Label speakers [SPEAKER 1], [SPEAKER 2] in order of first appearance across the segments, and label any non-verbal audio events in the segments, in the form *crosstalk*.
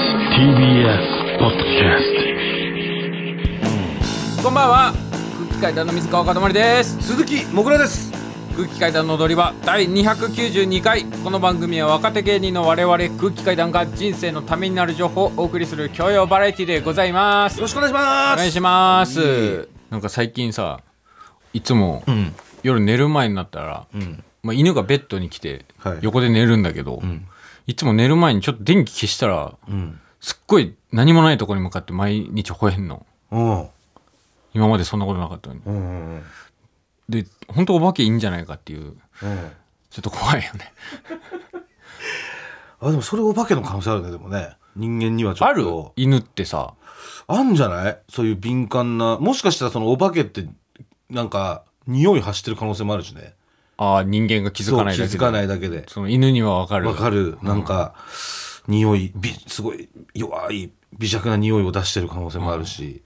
[SPEAKER 1] TBS ポッドキャス
[SPEAKER 2] こんばんは空気階段の水川かたまりです
[SPEAKER 3] 鈴木もぐらです
[SPEAKER 2] 空気階段の踊り場第292回この番組は若手芸人の我々空気階段が人生のためになる情報をお送りする教養バラエティでございます
[SPEAKER 3] よろしくお願いします
[SPEAKER 2] お願いしますなんか最近さいつも
[SPEAKER 3] ん
[SPEAKER 2] 夜寝る前になったら、
[SPEAKER 3] ん
[SPEAKER 2] まあ、犬がベッドに来て
[SPEAKER 3] はい
[SPEAKER 2] 横で寝るんだけど、い、つも寝る前にちょっと電気消したら
[SPEAKER 3] うん
[SPEAKER 2] すっごい何もないとこに向かって毎日吠えんの
[SPEAKER 3] うん
[SPEAKER 2] 今までそんなことなかったのに
[SPEAKER 3] うんうん
[SPEAKER 2] で本当お化けいいんじゃないかっていう
[SPEAKER 3] うん
[SPEAKER 2] ちょっと怖いよ
[SPEAKER 3] *laughs*
[SPEAKER 2] ね
[SPEAKER 3] あでもそれお化けの可能性あるねでもね人間にはちょ
[SPEAKER 2] あ
[SPEAKER 3] っ
[SPEAKER 2] る
[SPEAKER 3] と
[SPEAKER 2] 犬ってさ
[SPEAKER 3] あるあんじゃないそういう敏感なもしかしたらそのお化けってなんか匂い発してる可能性もあるしね
[SPEAKER 2] あー人間が気づかないだ
[SPEAKER 3] そう
[SPEAKER 2] け
[SPEAKER 3] 気づ
[SPEAKER 2] で
[SPEAKER 3] かないだけで
[SPEAKER 2] その犬にはわかる
[SPEAKER 3] わかるなんか、匂いびすごい弱い微弱な匂いを出してる可能性もあるし、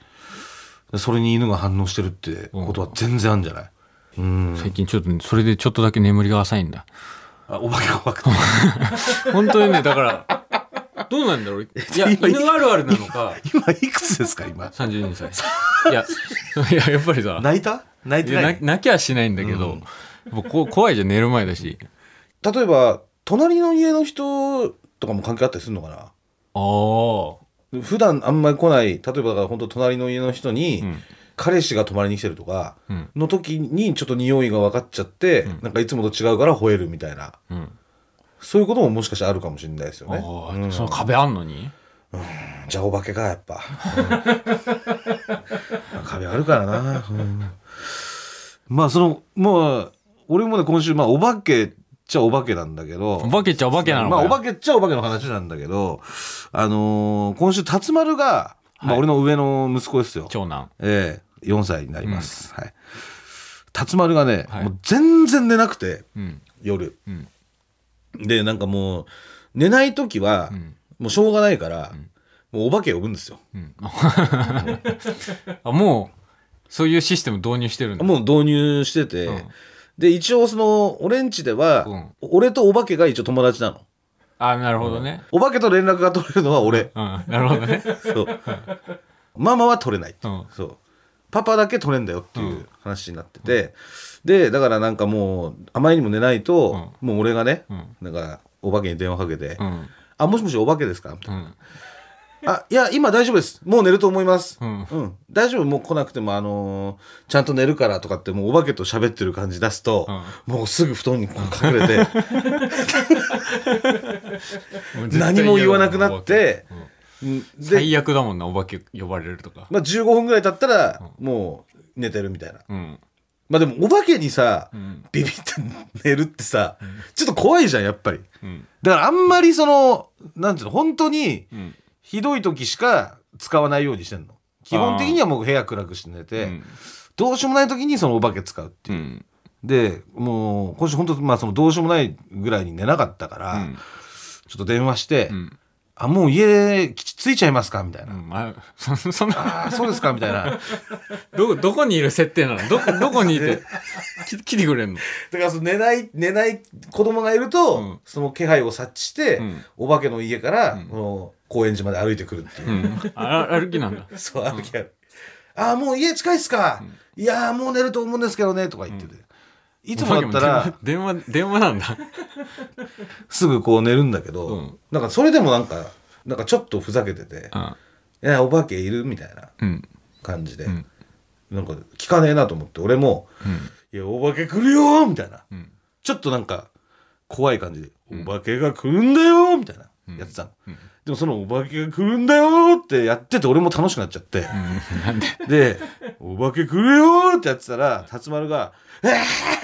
[SPEAKER 3] それに犬が反応してるってことは全然あるんじゃない、うん、
[SPEAKER 2] 最近ちょっとそれでちょっとだけ眠りが浅いん
[SPEAKER 3] *laughs*
[SPEAKER 2] だ
[SPEAKER 3] あお化けが怖くて
[SPEAKER 2] 本当にねだからどうなんだろう *laughs* いや
[SPEAKER 3] 今
[SPEAKER 2] 犬あるあるなのか
[SPEAKER 3] *laughs* 今いくつですか今
[SPEAKER 2] 32歳
[SPEAKER 3] *laughs*
[SPEAKER 2] いや *laughs* いややっぱりさ
[SPEAKER 3] 泣いた泣い
[SPEAKER 2] い
[SPEAKER 3] て
[SPEAKER 2] や
[SPEAKER 3] な
[SPEAKER 2] ない泣きはしないんだけど、やっぱこう怖いじゃん寝る前だし
[SPEAKER 3] 例えば隣の家の人とかも関係あったりするのか
[SPEAKER 2] ああ
[SPEAKER 3] な普段あんまり来ない例えばだから本当隣の家の人に、
[SPEAKER 2] うん
[SPEAKER 3] 彼氏が泊まりに来てるとか
[SPEAKER 2] うん
[SPEAKER 3] の時にちょっと匂いが分かっちゃって、
[SPEAKER 2] うん
[SPEAKER 3] なんかいつもと違うから吠えるみたいな
[SPEAKER 2] うん
[SPEAKER 3] そういうことももしかしたらあるかもしれないですよ
[SPEAKER 2] あ
[SPEAKER 3] ね
[SPEAKER 2] あ、
[SPEAKER 3] うん
[SPEAKER 2] その壁あんのに
[SPEAKER 3] じゃあお化けかやっぱ、 *laughs* うん壁あるからな、うんまあそのもう俺もね今週まあお化けっちゃお化けなんだけど
[SPEAKER 2] お化けっちゃお化けなのか
[SPEAKER 3] まあ、
[SPEAKER 2] よ
[SPEAKER 3] お化けっちゃお化けの話なんだけど、あのー今週、辰丸が、まあ、俺の上の息子ですよ。
[SPEAKER 2] 長男
[SPEAKER 3] ええ4歳になります。はい。辰丸がね、
[SPEAKER 2] はい
[SPEAKER 3] もう全然寝なくて、
[SPEAKER 2] うん
[SPEAKER 3] 夜。
[SPEAKER 2] うん
[SPEAKER 3] で、なんかもう、寝ない時は、
[SPEAKER 2] ん
[SPEAKER 3] もうしょうがないから、もうお化け呼ぶんですよ。
[SPEAKER 2] うん、あもうそういうシステム導入してるんだ
[SPEAKER 3] もう導入してて、
[SPEAKER 2] うん
[SPEAKER 3] で、一応その、俺んちでは、
[SPEAKER 2] うん
[SPEAKER 3] 俺とお化けが一応友達なの。
[SPEAKER 2] あなるほどね、
[SPEAKER 3] お化けと連絡が取れるのは俺。
[SPEAKER 2] うんなるほどね
[SPEAKER 3] *laughs*
[SPEAKER 2] *laughs*
[SPEAKER 3] そう。ママは取れないって。
[SPEAKER 2] うん
[SPEAKER 3] そうパパだけ取れんだよっていうう話になってて、でだからなんかもうあまりにも寝ないと、もう俺がね、
[SPEAKER 2] うん
[SPEAKER 3] なんかお化けに電話かけて「
[SPEAKER 2] うん
[SPEAKER 3] あもしもしお化けですか?」みたい
[SPEAKER 2] うん
[SPEAKER 3] なあいや今大丈夫ですもう寝ると思います」
[SPEAKER 2] うん
[SPEAKER 3] 大丈夫もう来なくてもあのーちゃんと寝るから」とかってもうお化けと喋ってる感じ出すと、もうすぐ布団に隠 *laughs* れて
[SPEAKER 2] う絶対嫌だ
[SPEAKER 3] 何も言わなくなって、うんで、
[SPEAKER 2] 最悪だもんなお化け呼ばれるとか
[SPEAKER 3] まあ、15分ぐらい経ったら、もう寝てるみたいな。
[SPEAKER 2] うん
[SPEAKER 3] まあでもお化けにさ、
[SPEAKER 2] ん
[SPEAKER 3] ビビって寝るってさ、ちょっと怖いじゃんやっぱり
[SPEAKER 2] うん
[SPEAKER 3] だからあんまりそのなんていうの本当に
[SPEAKER 2] うん
[SPEAKER 3] ひどい時しか使わないようにしてんの基本的にはもう部屋暗くして寝て、
[SPEAKER 2] うん
[SPEAKER 3] どうしようもない時にそのお化け使うって
[SPEAKER 2] う
[SPEAKER 3] いう、
[SPEAKER 2] ん
[SPEAKER 3] でもう今週本当まあそのどうしようもないぐらいに寝なかったから、
[SPEAKER 2] うん
[SPEAKER 3] ちょっと電話して「
[SPEAKER 2] うん
[SPEAKER 3] あもう家着いちゃいますか?」みたいな「 *laughs*
[SPEAKER 2] うんあそそんな
[SPEAKER 3] あそうですか?」みたいな
[SPEAKER 2] どどこにいる設定なのどこどこにいてき来てくれんの
[SPEAKER 3] *laughs* だからその寝ない寝ない子供がいると、
[SPEAKER 2] うん
[SPEAKER 3] その気配を察知して、
[SPEAKER 2] うん
[SPEAKER 3] お化けの家から、この高円寺まで歩いてくるっていうう、
[SPEAKER 2] んあ歩きなんだ
[SPEAKER 3] *laughs* そう歩きある、ああもう家近いっすか、いやーもう寝ると思うんですけどねとか言ってて、いつもだったら
[SPEAKER 2] 電話電話なんだ
[SPEAKER 3] すぐこう寝るんだけど、
[SPEAKER 2] うん
[SPEAKER 3] なんかそれでもなんかなんかちょっとふざけてて「えお化けいる?」みたいな
[SPEAKER 2] うんうん
[SPEAKER 3] 感じで、
[SPEAKER 2] ん
[SPEAKER 3] なんか聞かねえなと思って俺も「いやお化け来るよ!」みたいな、
[SPEAKER 2] ん
[SPEAKER 3] ちょっとなんか怖い感じで「お化けが来るんだよ!」みたいなやってたの、でもその「お化けが来るんだよ!」ってやってて俺も楽しくなっちゃって、
[SPEAKER 2] なんで
[SPEAKER 3] で「お化け来るよ!」ってやってたら辰丸が「え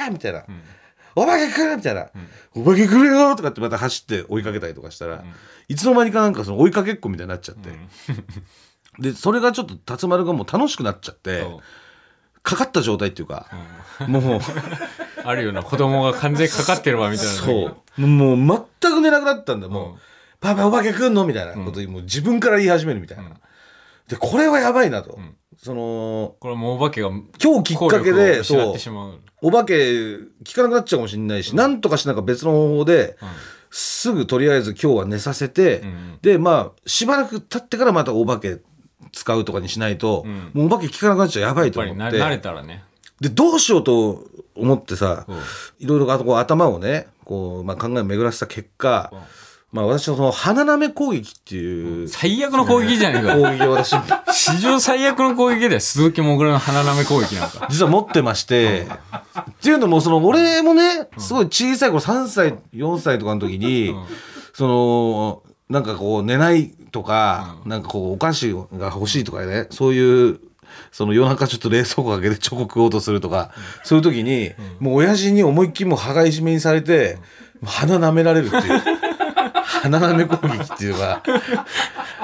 [SPEAKER 3] ー!」みたいな。お化け来るみたいな、お化け来るよとかってまた走って追いかけたりとかしたら、いつの間にかなんかその追いかけっこみたいになっちゃって、でそれがちょっと辰丸がもう楽しくなっちゃって、
[SPEAKER 2] そう
[SPEAKER 3] かかった状態っていうか、
[SPEAKER 2] *laughs*
[SPEAKER 3] もう
[SPEAKER 2] あるよな子供が完全にかかってるわみたいな
[SPEAKER 3] そうもう全く寝なくなったんだも
[SPEAKER 2] う
[SPEAKER 3] う、
[SPEAKER 2] ん
[SPEAKER 3] パパお化け来んの?」みたいなことにもう自分から言い始めるみたいな、でこれはやばいなと、その
[SPEAKER 2] これもうお化けが
[SPEAKER 3] 今日きっかけで
[SPEAKER 2] 効力を失
[SPEAKER 3] そ
[SPEAKER 2] っ
[SPEAKER 3] う
[SPEAKER 2] てしまう
[SPEAKER 3] お化け聞かなくなっちゃうかもしれないし、なんとかしなんか別の方法で、すぐとりあえず今日は寝させて、
[SPEAKER 2] ん
[SPEAKER 3] でまあしばらく経ってからまたお化け使うとかにしないと、
[SPEAKER 2] ん
[SPEAKER 3] もうお化け効かなくなっちゃやばいと
[SPEAKER 2] ぱ
[SPEAKER 3] 思
[SPEAKER 2] り
[SPEAKER 3] っ
[SPEAKER 2] な
[SPEAKER 3] て
[SPEAKER 2] 慣れたらね
[SPEAKER 3] でどうしようと思ってさ、
[SPEAKER 2] うん
[SPEAKER 3] いろいろあとこう頭をねこう、まあ、考えを巡らせた結果、まあ、私のその鼻なめ攻撃っていう
[SPEAKER 2] 最悪の攻撃じゃないか
[SPEAKER 3] 攻撃を私
[SPEAKER 2] 史上最悪の攻撃だよ鈴木もぐらの鼻なめ攻撃なんか
[SPEAKER 3] 実は持ってまして、っていうのも、その、俺もね、すごい小さい頃、3歳、4歳とかの時に、その、なんかこう、寝ないとか、なんかこう、お菓子が欲しいとかね、そういう、その夜中ちょっと冷蔵庫開けてチ *laughs* ョコ食おうとするとか、そういう時に、もう親父に思いっきりもう羽がいじめにされて、鼻舐められるっていう。鼻舐め攻撃っていうのが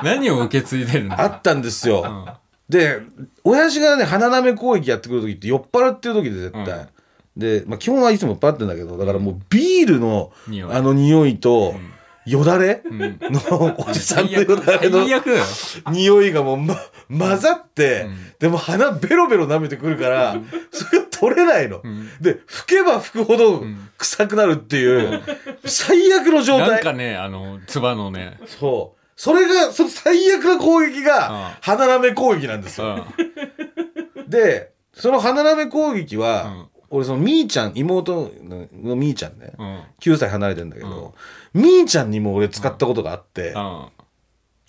[SPEAKER 2] 何を受け継いでるん
[SPEAKER 3] あ
[SPEAKER 2] だ
[SPEAKER 3] ったんですよ。で親父がね鼻なめ攻撃やってくる時って酔っ払ってる時で絶対、
[SPEAKER 2] うん
[SPEAKER 3] で、まあ、基本はいつも酔っ払ってんだけどだからもうビールの
[SPEAKER 2] 匂い
[SPEAKER 3] あの匂いと、よだれ
[SPEAKER 2] ん
[SPEAKER 3] の、おじさんの
[SPEAKER 2] 最
[SPEAKER 3] よ
[SPEAKER 2] 悪
[SPEAKER 3] だれの
[SPEAKER 2] 最悪だよ
[SPEAKER 3] 匂いがもう、ま、混ざって、
[SPEAKER 2] うん
[SPEAKER 3] でも鼻ベロベロ舐めてくるから、それが取れないの、
[SPEAKER 2] ん
[SPEAKER 3] で吹けば吹くほど
[SPEAKER 2] ん
[SPEAKER 3] 臭くなるっていう、最悪の状態
[SPEAKER 2] なんかねあのつばのね
[SPEAKER 3] そうそれがその最悪な攻撃
[SPEAKER 2] うん
[SPEAKER 3] が鼻なめ攻撃なんです
[SPEAKER 2] う
[SPEAKER 3] よ、
[SPEAKER 2] ん
[SPEAKER 3] でその花鍋攻撃
[SPEAKER 2] うん
[SPEAKER 3] は、俺そのみーちゃん妹のみーちゃんね
[SPEAKER 2] うん
[SPEAKER 3] 9歳離れてんだけど、みーちゃんにも俺使ったことがあって、
[SPEAKER 2] うん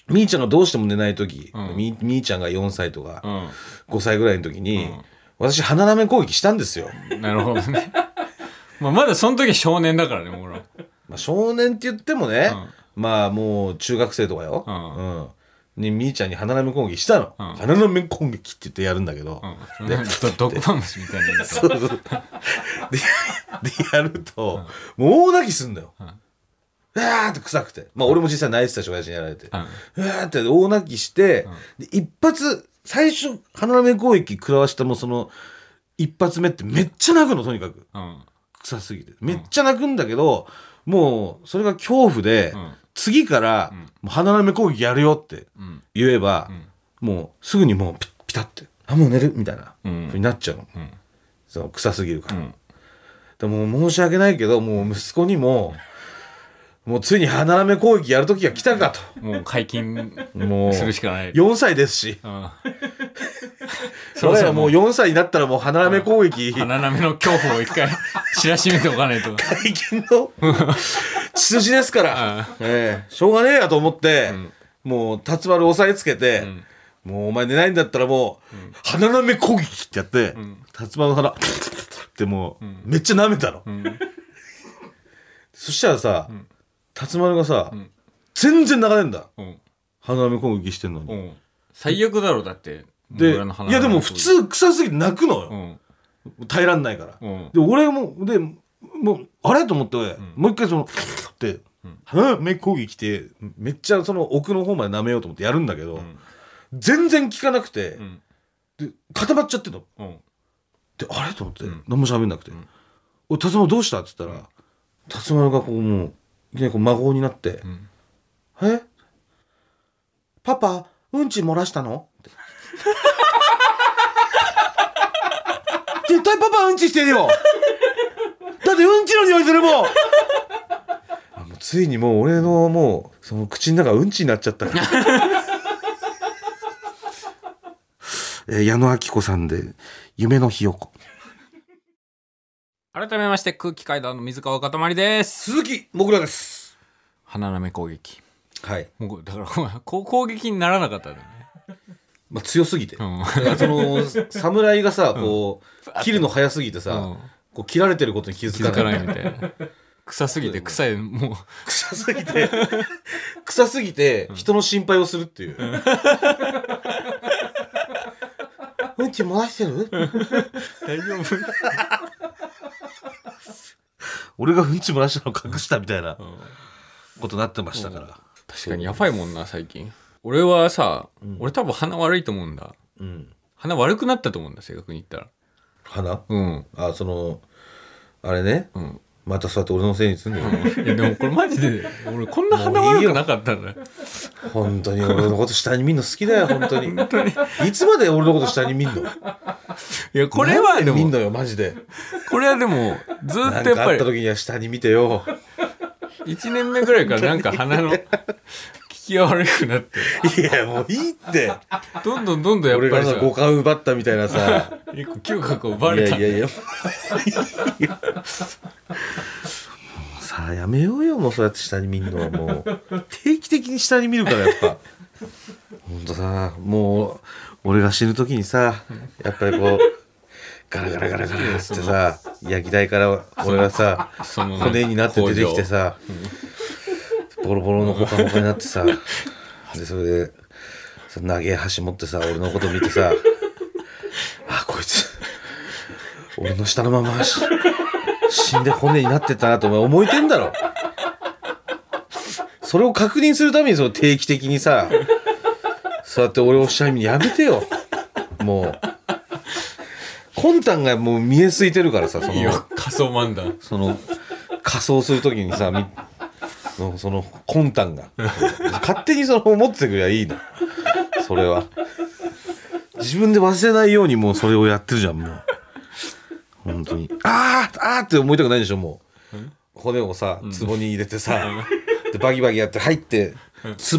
[SPEAKER 3] みーちゃんがどうしても寝ない時、
[SPEAKER 2] うん
[SPEAKER 3] みみーちゃんが4歳とか
[SPEAKER 2] うん
[SPEAKER 3] 5歳ぐらいの時に、
[SPEAKER 2] うん
[SPEAKER 3] 私花鍋攻撃したんですよ、
[SPEAKER 2] なるほどね。まあ、まだその時少年だからね、もう俺は。
[SPEAKER 3] まあ、少年って言ってもね、まあもう中学生とかよ、
[SPEAKER 2] うん
[SPEAKER 3] うんにみーちゃんに花鍋攻撃したの、
[SPEAKER 2] うん
[SPEAKER 3] 花鍋攻撃って言ってやるんだけど、
[SPEAKER 2] うん。なんかドドッグマムシみたいなやつ。
[SPEAKER 3] そうそう。で、でやると、もう大泣きすんだよ。うわーって臭くて。まあ俺も実際泣いてたし、親父にやられて。う
[SPEAKER 2] うん
[SPEAKER 3] わーって大泣きして、で一発、最初、花の目攻撃食らわしたもうその、一発目ってめっちゃ泣くの、とにかく。
[SPEAKER 2] うん。
[SPEAKER 3] 臭すぎて。めっちゃ泣くんだけど、もう、それが恐怖で、
[SPEAKER 2] ん
[SPEAKER 3] 次から、もう花の目攻撃やるよって
[SPEAKER 2] うん。
[SPEAKER 3] 言えば、もうすぐにもうピピタって、あ、もう寝るみたいな、
[SPEAKER 2] うん
[SPEAKER 3] ふうになっちゃうの。
[SPEAKER 2] うん。
[SPEAKER 3] その臭すぎるか
[SPEAKER 2] う
[SPEAKER 3] ら。
[SPEAKER 2] ん。
[SPEAKER 3] でももう申し訳ないけどもう息子にももうついに鼻なめ攻撃やる時が来たか
[SPEAKER 2] もう解禁
[SPEAKER 3] ともう
[SPEAKER 2] するしかない。
[SPEAKER 3] 4歳ですし
[SPEAKER 2] うん。そ
[SPEAKER 3] そ
[SPEAKER 2] ろ
[SPEAKER 3] れ
[SPEAKER 2] そ
[SPEAKER 3] は
[SPEAKER 2] ろ
[SPEAKER 3] も
[SPEAKER 2] も
[SPEAKER 3] う
[SPEAKER 2] う、
[SPEAKER 3] 4歳になったらもう鼻なめ攻撃解
[SPEAKER 2] 花波の恐怖を一回知らしめておかないと。
[SPEAKER 3] 禁 *laughs* の血筋ですから、ええしょうがねえやと思って、もう辰丸押さえつけて、もうお前寝ないんだったらもう、鼻なめ攻撃ってやって、辰丸の鼻ってもう、めっちゃ舐めたの、そしたらさ、辰丸がさ、全然流れんだ、
[SPEAKER 2] うん。
[SPEAKER 3] 花嫁攻撃してんの
[SPEAKER 2] う
[SPEAKER 3] に。
[SPEAKER 2] ん。最悪だろ、だって。
[SPEAKER 3] で、い
[SPEAKER 2] 俺の花
[SPEAKER 3] や
[SPEAKER 2] 波
[SPEAKER 3] で
[SPEAKER 2] の
[SPEAKER 3] も普通臭すぎて泣くの
[SPEAKER 2] う
[SPEAKER 3] よ。
[SPEAKER 2] ん。
[SPEAKER 3] 耐えらんないから。
[SPEAKER 2] うん。
[SPEAKER 3] で、俺も、で、もう、あれと思って、もう一回その、って、花嫁攻撃して、めっちゃその奥の方まで舐めようと思ってやるんだけど、
[SPEAKER 2] ん
[SPEAKER 3] 全然効かなくて、
[SPEAKER 2] ん
[SPEAKER 3] で、固まっちゃってんの。
[SPEAKER 2] うん。
[SPEAKER 3] で、あれと思って、何も喋んなくて。おい、辰丸どうしたって言ったら、辰丸がこうもう、いきなりこう孫になって、
[SPEAKER 2] ん
[SPEAKER 3] えパパ、うんち漏らしたの *laughs* って絶対パパうんちしてるよだってうんちの匂いするもんあもうついにもう俺のもう、その口の中うんちになっちゃったから。 *laughs* えー矢野明子さんで、夢のひよこ。
[SPEAKER 2] 改めまして、空気階段の水川かたまりです。
[SPEAKER 3] 鈴木もぐらです。
[SPEAKER 2] 花波攻撃。
[SPEAKER 3] はい。
[SPEAKER 2] もうこれだからこう、こう攻撃にならなかったんだよね。
[SPEAKER 3] まあ、強すぎて。
[SPEAKER 2] うん。
[SPEAKER 3] だ *laughs* からその、侍がさ、こう、切るの早すぎてさ、
[SPEAKER 2] うん
[SPEAKER 3] こう切られてることに気づ
[SPEAKER 2] 気
[SPEAKER 3] か
[SPEAKER 2] づ
[SPEAKER 3] ない。
[SPEAKER 2] かないみたいな。 *laughs* 臭すぎて臭い、もう、
[SPEAKER 3] 臭すぎて、臭すぎて、人の心配をするっていう。うんち漏らしてる
[SPEAKER 2] 大丈夫
[SPEAKER 3] 俺がうんち漏らしたの隠したみたいなことになってましたから。
[SPEAKER 2] 確かにやばいもんな、最近。俺はさ、俺多分鼻悪いと思うんだ。
[SPEAKER 3] うん。
[SPEAKER 2] 鼻悪くなったと思うんだ、正確に言ったら。
[SPEAKER 3] 鼻
[SPEAKER 2] うん。
[SPEAKER 3] あ、その、あれね。
[SPEAKER 2] ん
[SPEAKER 3] またそうやって俺のせいにすんだよ。
[SPEAKER 2] いや、でもこれマジで、俺こんな鼻悪くなかったんだよ。
[SPEAKER 3] 本当に俺のこと下に見るの好きだよ、本当に。いつまで俺のこと下に見んの
[SPEAKER 2] いや、これはで
[SPEAKER 3] 見ん
[SPEAKER 2] も、
[SPEAKER 3] のよ、マジで。
[SPEAKER 2] これはでも、ずっ
[SPEAKER 3] なん
[SPEAKER 2] とやっ
[SPEAKER 3] か
[SPEAKER 2] ぱ
[SPEAKER 3] あっ
[SPEAKER 2] り
[SPEAKER 3] た、時には下に見てよ。
[SPEAKER 2] 1年目ぐらいからなんか鼻の聞きが悪くなって
[SPEAKER 3] いやもういいって
[SPEAKER 2] どんどんどんどんや
[SPEAKER 3] 俺
[SPEAKER 2] っぱ
[SPEAKER 3] が
[SPEAKER 2] り
[SPEAKER 3] さ
[SPEAKER 2] さ
[SPEAKER 3] 五感奪ったみたいなさ
[SPEAKER 2] 一個嗅覚を
[SPEAKER 3] い
[SPEAKER 2] 奪わ
[SPEAKER 3] や
[SPEAKER 2] れ
[SPEAKER 3] い
[SPEAKER 2] た
[SPEAKER 3] やいやもうさあやめようよもうそうやって下に見るのはもう定期的に下に見るからやっぱほんとさもう俺が死ぬ時にさやっぱりこうガラガラガラガラってさ焼き台から俺がさ
[SPEAKER 2] その
[SPEAKER 3] 骨になって出てきてさ、ボロボロのほかほかになってさ、で、それで、その長え箸持ってさ、俺のこと見てさ、あ、こいつ、俺の下のままし死んで骨になってったなとお前思えてんだろ。それを確認するためにその定期的にさ、そうやって俺を下に見やめてよ。もう。魂胆がもう見えすいてるからさ、その。
[SPEAKER 2] いいよ仮想漫談
[SPEAKER 3] その仮装するときにさみのその魂胆が勝手にその思ってくりゃいいのそれは自分で忘れないようにもうそれをやってるじゃんもう本当にあーあーって思いたくないでしょもう骨をさ壺に入れてさ、でバギバギやって入って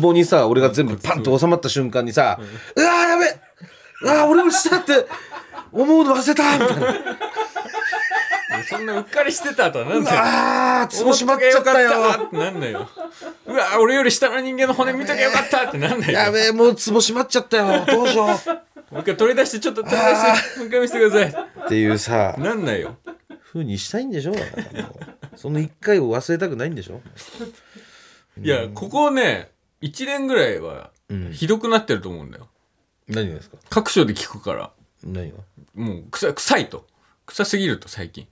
[SPEAKER 3] 壺にさ俺が全部パンと収まった瞬間にさ「うわーやべえあー俺もしたって思うの忘れた!」みたいな
[SPEAKER 2] そんなうっかりしてた後はなんだよ
[SPEAKER 3] 「あー壺閉まっちゃったよ!」
[SPEAKER 2] 思とけばよかってなんだようわ俺より下の人間の骨見とけよかったってなんだよ
[SPEAKER 3] *laughs* やべえ、もう壺閉まっちゃったよ、どうしよう。
[SPEAKER 2] もう一回取り出してちょっと取り出してもう一回見せてくださ
[SPEAKER 3] っていうさ
[SPEAKER 2] い、なんないよ
[SPEAKER 3] 風にしたいんでしょその一回を忘れたくないんでしょ
[SPEAKER 2] いやここね1年ぐらいは
[SPEAKER 3] うん
[SPEAKER 2] ひどくなってると思うんだよ
[SPEAKER 3] 何がですか
[SPEAKER 2] 各所で聞くから
[SPEAKER 3] 何が
[SPEAKER 2] もう臭い臭いと臭すぎると最近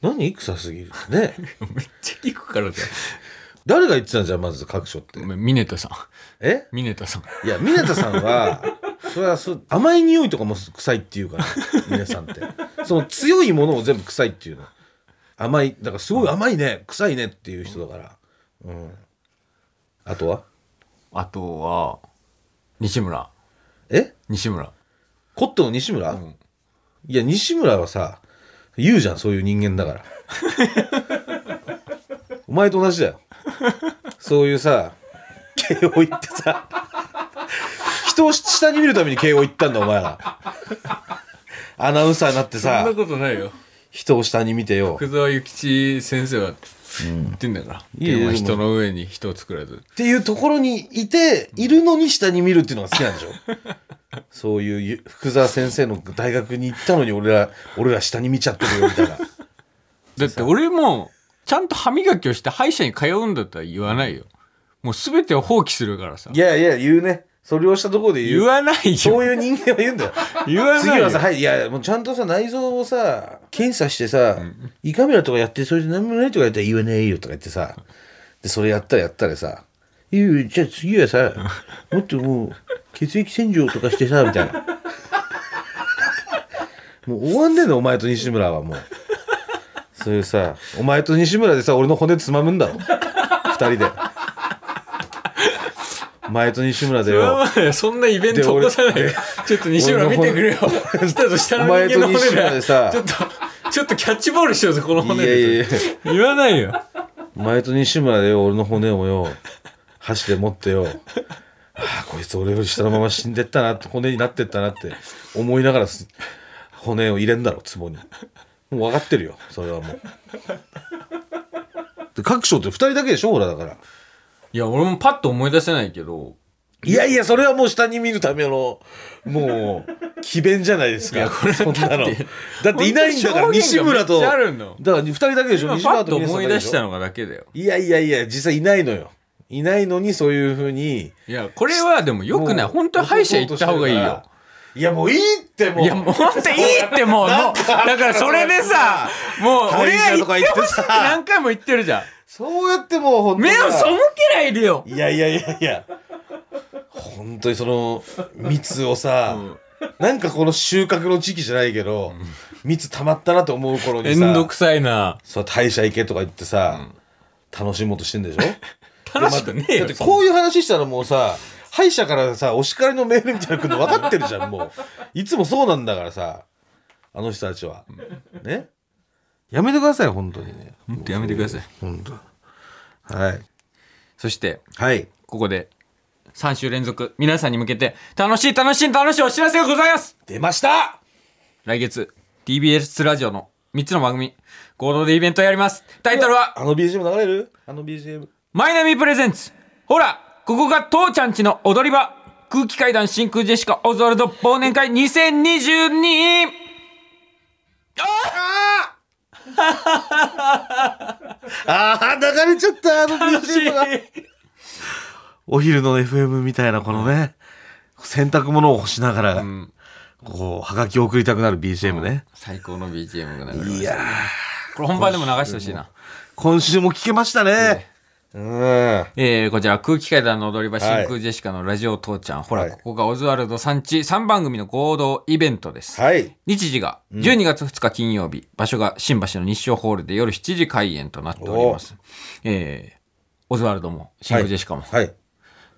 [SPEAKER 3] 何臭すぎるね
[SPEAKER 2] めっちゃ聞くからじ
[SPEAKER 3] 誰が言ってたんじゃん、まず各所って
[SPEAKER 2] ゃん。ミネタさん
[SPEAKER 3] え
[SPEAKER 2] ミネタさん
[SPEAKER 3] いや、ミネタさんは、 *laughs* それはそう甘い匂いとかも臭いっていうから、ミネさんって。その強いものを全部臭いっていうの。甘い、だからすごい甘いね、臭いねっていう人だから。うん。あとは
[SPEAKER 2] あとは西村
[SPEAKER 3] え
[SPEAKER 2] 西村
[SPEAKER 3] コットンの西村、
[SPEAKER 2] ん
[SPEAKER 3] いや西村はさ言うじゃんそういう人間だからお前と同じだよそういうさ慶応行ってさ人を下に見るために慶応行ったんだお前らアナウンサーになって
[SPEAKER 2] そんな
[SPEAKER 3] さ
[SPEAKER 2] ことないよ
[SPEAKER 3] 人を下に見てよ
[SPEAKER 2] 福沢諭吉先生は言ってんだから、
[SPEAKER 3] いやい
[SPEAKER 2] 天
[SPEAKER 3] や
[SPEAKER 2] は
[SPEAKER 3] でも
[SPEAKER 2] 人の上に人を作らず
[SPEAKER 3] っていうところにいているのに下に見るっていうのが好きなんでしょそういうゆ福沢先生の大学に行ったのに俺ら俺ら下に見ちゃってるよみたいな
[SPEAKER 2] だって俺もちゃんと歯磨きをして歯医者に通うんだったら言わないよもう全てを放棄するからさ
[SPEAKER 3] いやいや、言うね。それをしたところで言う。
[SPEAKER 2] 言わない
[SPEAKER 3] そ
[SPEAKER 2] よ
[SPEAKER 3] ういう人間は言うんだよ。
[SPEAKER 2] 言わ
[SPEAKER 3] 次
[SPEAKER 2] ないよ
[SPEAKER 3] はさ、はい、いや、もうちゃんとさ、内臓をさ、検査してさ、胃カメラとかやって、それで何もないとかやったら言わないよとか言ってさ、で、それやったらやったらさ、いやいやじゃあ次はさ、もっともう、血液洗浄とかしてさ、みたいな。もう終わんねえの、お前と西村はもう。そういうさ、お前と西村でさ、俺の骨つまむんだろ。二人
[SPEAKER 2] *laughs*
[SPEAKER 3] で。お前と西村でよ。
[SPEAKER 2] そんなイベント起こさないよ
[SPEAKER 3] で
[SPEAKER 2] ちょっと西村見てくれよ来たぞ下の人間の
[SPEAKER 3] お前と西
[SPEAKER 2] 骨
[SPEAKER 3] 村
[SPEAKER 2] だ
[SPEAKER 3] でさ
[SPEAKER 2] ちょっとちょっとキャッチボールしようぜこの
[SPEAKER 3] い
[SPEAKER 2] 骨
[SPEAKER 3] や
[SPEAKER 2] で
[SPEAKER 3] いやいや。
[SPEAKER 2] 言わないよ
[SPEAKER 3] 前と西村でよ俺の骨をよ箸で持ってよああこいつ俺より下のまま死んでったなって骨になってったなって思いながらす骨を入れんだろ壺にもう分かってるよそれはもうで各所って2人だけでしょほらだから
[SPEAKER 2] いや俺もパッと思い出せないけど
[SPEAKER 3] いやいやそれはもう下に見るためのもう奇弁じゃないですかそんなのだっていないんだから
[SPEAKER 2] 本当に
[SPEAKER 3] 西
[SPEAKER 2] 証言がめ
[SPEAKER 3] 村
[SPEAKER 2] っち
[SPEAKER 3] と
[SPEAKER 2] ゃあ
[SPEAKER 3] だか
[SPEAKER 2] るの
[SPEAKER 3] ら2人だけでしょ
[SPEAKER 2] 今
[SPEAKER 3] 西
[SPEAKER 2] パッ
[SPEAKER 3] 村
[SPEAKER 2] と
[SPEAKER 3] と皆さん
[SPEAKER 2] 思い出
[SPEAKER 3] だけで
[SPEAKER 2] し
[SPEAKER 3] しょ
[SPEAKER 2] たのがだけだよ
[SPEAKER 3] いやいやいや実際いないのよいないのにそういうふうに
[SPEAKER 2] いやこれはでもよくない
[SPEAKER 3] もう
[SPEAKER 2] 本当に歯医者行った方がいいよ
[SPEAKER 3] いやもういいってもう
[SPEAKER 2] いやもう本当いいってもうもうだからそれでさもう
[SPEAKER 3] 歯
[SPEAKER 2] 俺
[SPEAKER 3] 医
[SPEAKER 2] が
[SPEAKER 3] 者
[SPEAKER 2] 言
[SPEAKER 3] とか
[SPEAKER 2] っ
[SPEAKER 3] 行
[SPEAKER 2] て
[SPEAKER 3] って
[SPEAKER 2] ほしいって
[SPEAKER 3] さ
[SPEAKER 2] 何回も言ってるじゃん
[SPEAKER 3] そうやってもう本当に
[SPEAKER 2] 目を背けないでよ
[SPEAKER 3] いやいやいやいや本当にその蜜をさ、なんかこの収穫の時期じゃないけど、蜜溜まったなと思う頃に
[SPEAKER 2] め
[SPEAKER 3] さ
[SPEAKER 2] んどくさいな
[SPEAKER 3] そう歯医者行けとか言ってさ、楽しもうとしてんでしょ
[SPEAKER 2] 楽しくねえ
[SPEAKER 3] だ
[SPEAKER 2] よ
[SPEAKER 3] って
[SPEAKER 2] そんな
[SPEAKER 3] こういう話したらもうさ歯医者からさお叱りのメールみたいなの来るの分かってるじゃん
[SPEAKER 2] *laughs*
[SPEAKER 3] もういつもそうなんだからさあの人たちはねやめてください本当にね
[SPEAKER 2] ほんとやめてください
[SPEAKER 3] 本当はい。
[SPEAKER 2] そして、
[SPEAKER 3] はい。
[SPEAKER 2] ここで、3週連続、皆さんに向けて、楽しい楽しい楽しいお知らせがございます
[SPEAKER 3] 出ました
[SPEAKER 2] 来月、TBS ラジオの3つの番組、合同でイベントをやります。タイトルは、
[SPEAKER 3] あの BGM 流れるあの BGM。
[SPEAKER 2] マイナミプレゼンツ。ほら、ここが父ちゃんちの踊り場。空気階段真空ジェシカオズワルド忘年会2022。
[SPEAKER 3] ああ、流れちゃった、あの BGM が。
[SPEAKER 2] い。
[SPEAKER 3] お昼の FM みたいなこのね、洗濯物を干しながら、
[SPEAKER 2] ん
[SPEAKER 3] こう、はがきを送りたくなる BGM ね。
[SPEAKER 2] 最高の BGM が流れま
[SPEAKER 3] い
[SPEAKER 2] し
[SPEAKER 3] やー
[SPEAKER 2] た。これ本番でも流してほしいな。
[SPEAKER 3] 今週も聞けましたね。うん。
[SPEAKER 2] えー、こちら空気階段の踊り場
[SPEAKER 3] はい
[SPEAKER 2] 真空ジェシカのラジオ父ちゃん。ほら、
[SPEAKER 3] はい
[SPEAKER 2] ここがオズワルド産地3番組の合同イベントです。
[SPEAKER 3] はい。
[SPEAKER 2] 日時が12月2日金曜日、場所が新橋の日照ホールで夜7時開演となっております。えー、オズワルドも真空ジェシカも、
[SPEAKER 3] はい。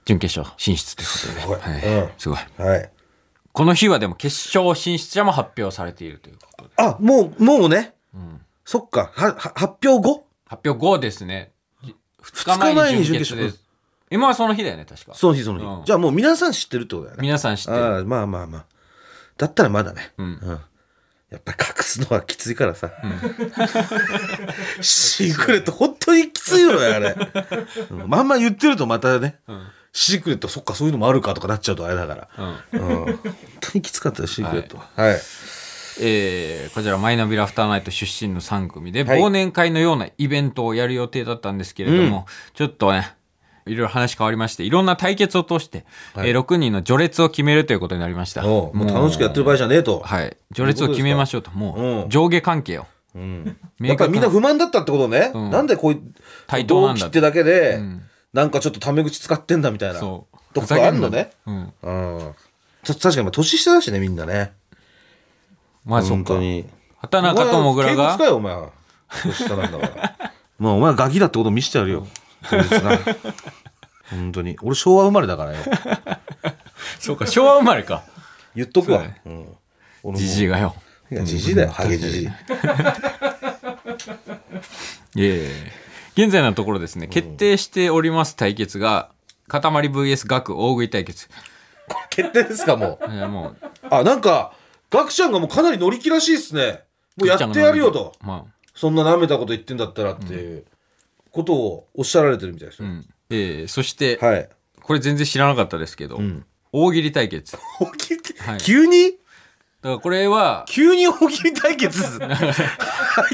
[SPEAKER 2] 準決勝進出ということで、
[SPEAKER 3] すごい
[SPEAKER 2] は
[SPEAKER 3] うん
[SPEAKER 2] すごい
[SPEAKER 3] はい。
[SPEAKER 2] この日はでも決勝進出者も発表されているということで
[SPEAKER 3] あ、もう、もうね。そっか。は、は発表後
[SPEAKER 2] 発表後ですね2
[SPEAKER 3] 日
[SPEAKER 2] 日
[SPEAKER 3] 前
[SPEAKER 2] 前
[SPEAKER 3] に
[SPEAKER 2] に
[SPEAKER 3] 準
[SPEAKER 2] 準
[SPEAKER 3] 決
[SPEAKER 2] 決
[SPEAKER 3] 勝
[SPEAKER 2] です今はその日だよね確か
[SPEAKER 3] その日その日。
[SPEAKER 2] うん
[SPEAKER 3] じゃあもう皆さん知ってるってことだよね。
[SPEAKER 2] 皆さん知ってる
[SPEAKER 3] ああ、まあまあまあ。だったらまだね。うんやっぱり隠すのはきついからさ。シークレット、本当にきついよね、あれ。うんまんま言ってるとまたね、シークレット、そっか、そういうのもあるかとかなっちゃうとあれだから。
[SPEAKER 2] うん
[SPEAKER 3] うん本当にきつかったよ、シークレットは。はい。
[SPEAKER 2] えーこちらマイナビラフターナイト出身の3組で
[SPEAKER 3] はい
[SPEAKER 2] 忘年会のようなイベントをやる予定だったんですけれども、ちょっとねいろいろ話変わりましていろんな対決を通して、
[SPEAKER 3] はい
[SPEAKER 2] えー6人の序列を決めるということになりました
[SPEAKER 3] おうもう楽しくやってる場合じゃねえと。
[SPEAKER 2] はい序列を決めましょうとも
[SPEAKER 3] うん
[SPEAKER 2] う上下関係を
[SPEAKER 3] うん
[SPEAKER 2] 明確な
[SPEAKER 3] やっぱりみんな不満だったってことね。
[SPEAKER 2] うん
[SPEAKER 3] なんでこういう、
[SPEAKER 2] 対等なん
[SPEAKER 3] 同
[SPEAKER 2] だ
[SPEAKER 3] 期
[SPEAKER 2] と
[SPEAKER 3] ってだけで、
[SPEAKER 2] ん
[SPEAKER 3] なんかちょっとタメ口使ってんだみたいな。
[SPEAKER 2] そう
[SPEAKER 3] とこあんのね。
[SPEAKER 2] うん
[SPEAKER 3] うん。た確かに、年下だしね、みんなね。
[SPEAKER 2] まあそっ
[SPEAKER 3] 本
[SPEAKER 2] か
[SPEAKER 3] 当に。
[SPEAKER 2] 畑中ともぐら
[SPEAKER 3] お前は敬語使
[SPEAKER 2] が
[SPEAKER 3] えよ、お前は。年下なんだから。
[SPEAKER 2] *laughs*
[SPEAKER 3] まあ、お前はガキだってこと見せてやるよ。こいつな本当に。俺、昭和生まれだからよ。
[SPEAKER 2] そうか昭和生まれか
[SPEAKER 3] *laughs* 言っとくわ
[SPEAKER 2] そうだね。
[SPEAKER 3] うん俺も
[SPEAKER 2] じじいがよ
[SPEAKER 3] いや、じじいだよ、ハゲじじい。
[SPEAKER 2] いえいえ現在のところですね決定しております対決が塊 VS 額大食い対決
[SPEAKER 3] 決定ですか、もう。
[SPEAKER 2] いやもう
[SPEAKER 3] あ、なんか、ガクちゃんがもうかなり乗り気らしいですね。もうやってやるよと。
[SPEAKER 2] まあ
[SPEAKER 3] そんな舐めたこと言ってんだったらっていうことをおっしゃられてるみたいです
[SPEAKER 2] う
[SPEAKER 3] よ。
[SPEAKER 2] んええそして、
[SPEAKER 3] はい。
[SPEAKER 2] これ全然知らなかったですけど、
[SPEAKER 3] ん
[SPEAKER 2] 大喜利対決だか
[SPEAKER 3] 大喜利って
[SPEAKER 2] はい
[SPEAKER 3] 急に
[SPEAKER 2] らこれは
[SPEAKER 3] 急に大喜利対決 *laughs* 入っ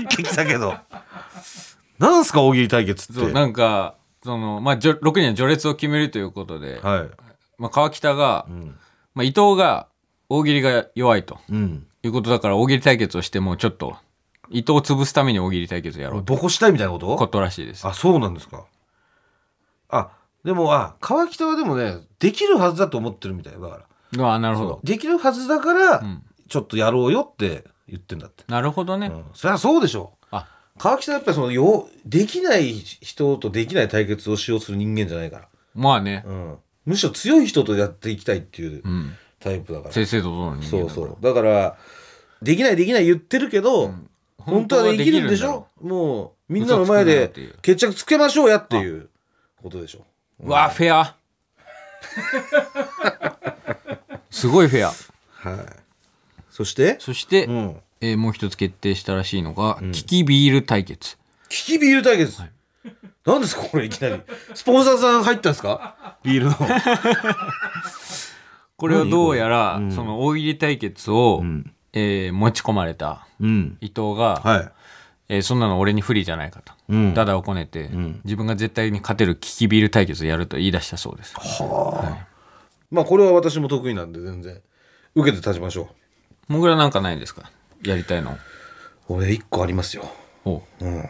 [SPEAKER 3] てきたけど。なんすか大喜利対決っ
[SPEAKER 2] そう
[SPEAKER 3] て。
[SPEAKER 2] なんかその、まあ、じょ6人の序列を決めるということで、
[SPEAKER 3] はい。
[SPEAKER 2] まあ、川北が、
[SPEAKER 3] ん
[SPEAKER 2] まあ、伊藤が大喜利が弱いと
[SPEAKER 3] うん。
[SPEAKER 2] いうことだから大喜利対決をしてもちょっと伊藤を潰すために大喜利対決をやろうと
[SPEAKER 3] ボコしたいみたいなこと
[SPEAKER 2] ことらしいです
[SPEAKER 3] あ、そうなんですか。あ、でも、あ、川北はでもね、できるはずだと思ってるみたいだから。
[SPEAKER 2] あなるほど
[SPEAKER 3] できるはずだから、
[SPEAKER 2] ん
[SPEAKER 3] ちょっとやろうよって言ってんだって。
[SPEAKER 2] なるほどね、
[SPEAKER 3] うん、そりゃそうでしょう。
[SPEAKER 2] あ
[SPEAKER 3] 川北はやっぱりそのよできない人とできない対決をしようとする人間じゃないか
[SPEAKER 2] まあね
[SPEAKER 3] ら、うん、むしろ強い人とやっていきたいっていう
[SPEAKER 2] うん
[SPEAKER 3] タイプだから、
[SPEAKER 2] 正々堂々の人
[SPEAKER 3] そ
[SPEAKER 2] 間だ
[SPEAKER 3] う
[SPEAKER 2] から
[SPEAKER 3] そうだからできないできない言ってるけど、本当はできるんでし
[SPEAKER 2] 本
[SPEAKER 3] ょもうみんなの前
[SPEAKER 2] 嘘つ
[SPEAKER 3] で
[SPEAKER 2] くなよっていう
[SPEAKER 3] 決着つけましょうやっていうことでしょ
[SPEAKER 2] 当はできるんだろううわフェ
[SPEAKER 3] *laughs*
[SPEAKER 2] アすごいフェア
[SPEAKER 3] はいそして
[SPEAKER 2] そして、
[SPEAKER 3] うん
[SPEAKER 2] えーもう一つ決定したらしいのが、キキビール対決
[SPEAKER 3] キキビール対決、なんですかこれいきなりスポンサーさん入ったんですかビールの
[SPEAKER 2] これはどうやら、その大喜利対決を、
[SPEAKER 3] ん
[SPEAKER 2] えー持ち込まれた
[SPEAKER 3] うん
[SPEAKER 2] 伊藤が、
[SPEAKER 3] はい
[SPEAKER 2] えーそんなの俺に不利じゃないかと、
[SPEAKER 3] うん
[SPEAKER 2] ダダをこねて、自分が絶対に勝てるキキビール対決をやると言い出したそうです
[SPEAKER 3] まあこれは私も得意なんで全然受けて立ちましょ
[SPEAKER 2] もぐらなんかないんですかやりたいの
[SPEAKER 3] う俺一個ありますよ
[SPEAKER 2] おう
[SPEAKER 3] うん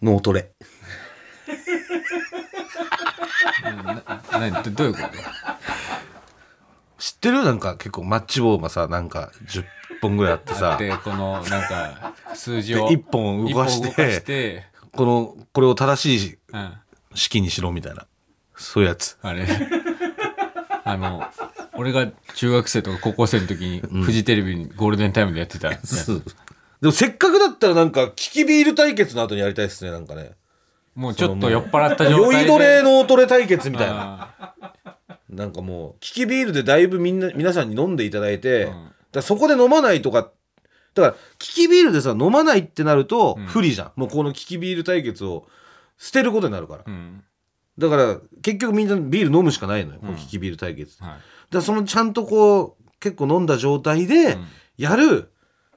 [SPEAKER 3] 脳トレ
[SPEAKER 2] 何どどういうこと
[SPEAKER 3] 知ってるなんか結構マッチ棒がさなんか10本ぐらいあってさ
[SPEAKER 2] でこのなんか数字を
[SPEAKER 3] で一本動かして
[SPEAKER 2] 一本動かして
[SPEAKER 3] このこれを正しい
[SPEAKER 2] うん、
[SPEAKER 3] 式にしろみたいなそういうやつ
[SPEAKER 2] あれあの俺が中学生とか高校生の時にフジテレビにゴールデンタイムでやってた、
[SPEAKER 3] でもせっかくだったらなんか利きビール対決の後にやりたいですねなんかね
[SPEAKER 2] もうちょっと酔っ払った状
[SPEAKER 3] 酔
[SPEAKER 2] 態
[SPEAKER 3] い
[SPEAKER 2] で
[SPEAKER 3] どれ脳トレ対決みたいな
[SPEAKER 2] あー
[SPEAKER 3] なんかもう利きビールでだいぶみんな皆さんに飲んでいただいて、
[SPEAKER 2] うん
[SPEAKER 3] だからそこで飲まないとかだから利きビールでさ飲まないってなると
[SPEAKER 2] うん
[SPEAKER 3] 不利じゃん、もうこの利きビール対決を捨てることになるから、
[SPEAKER 2] うん
[SPEAKER 3] だから結局みんなビール飲むしかないのよ、この
[SPEAKER 2] うん
[SPEAKER 3] 利きビール対決だか
[SPEAKER 2] はい
[SPEAKER 3] らそのちゃんとこう結構飲んだ状態で
[SPEAKER 2] ん
[SPEAKER 3] やる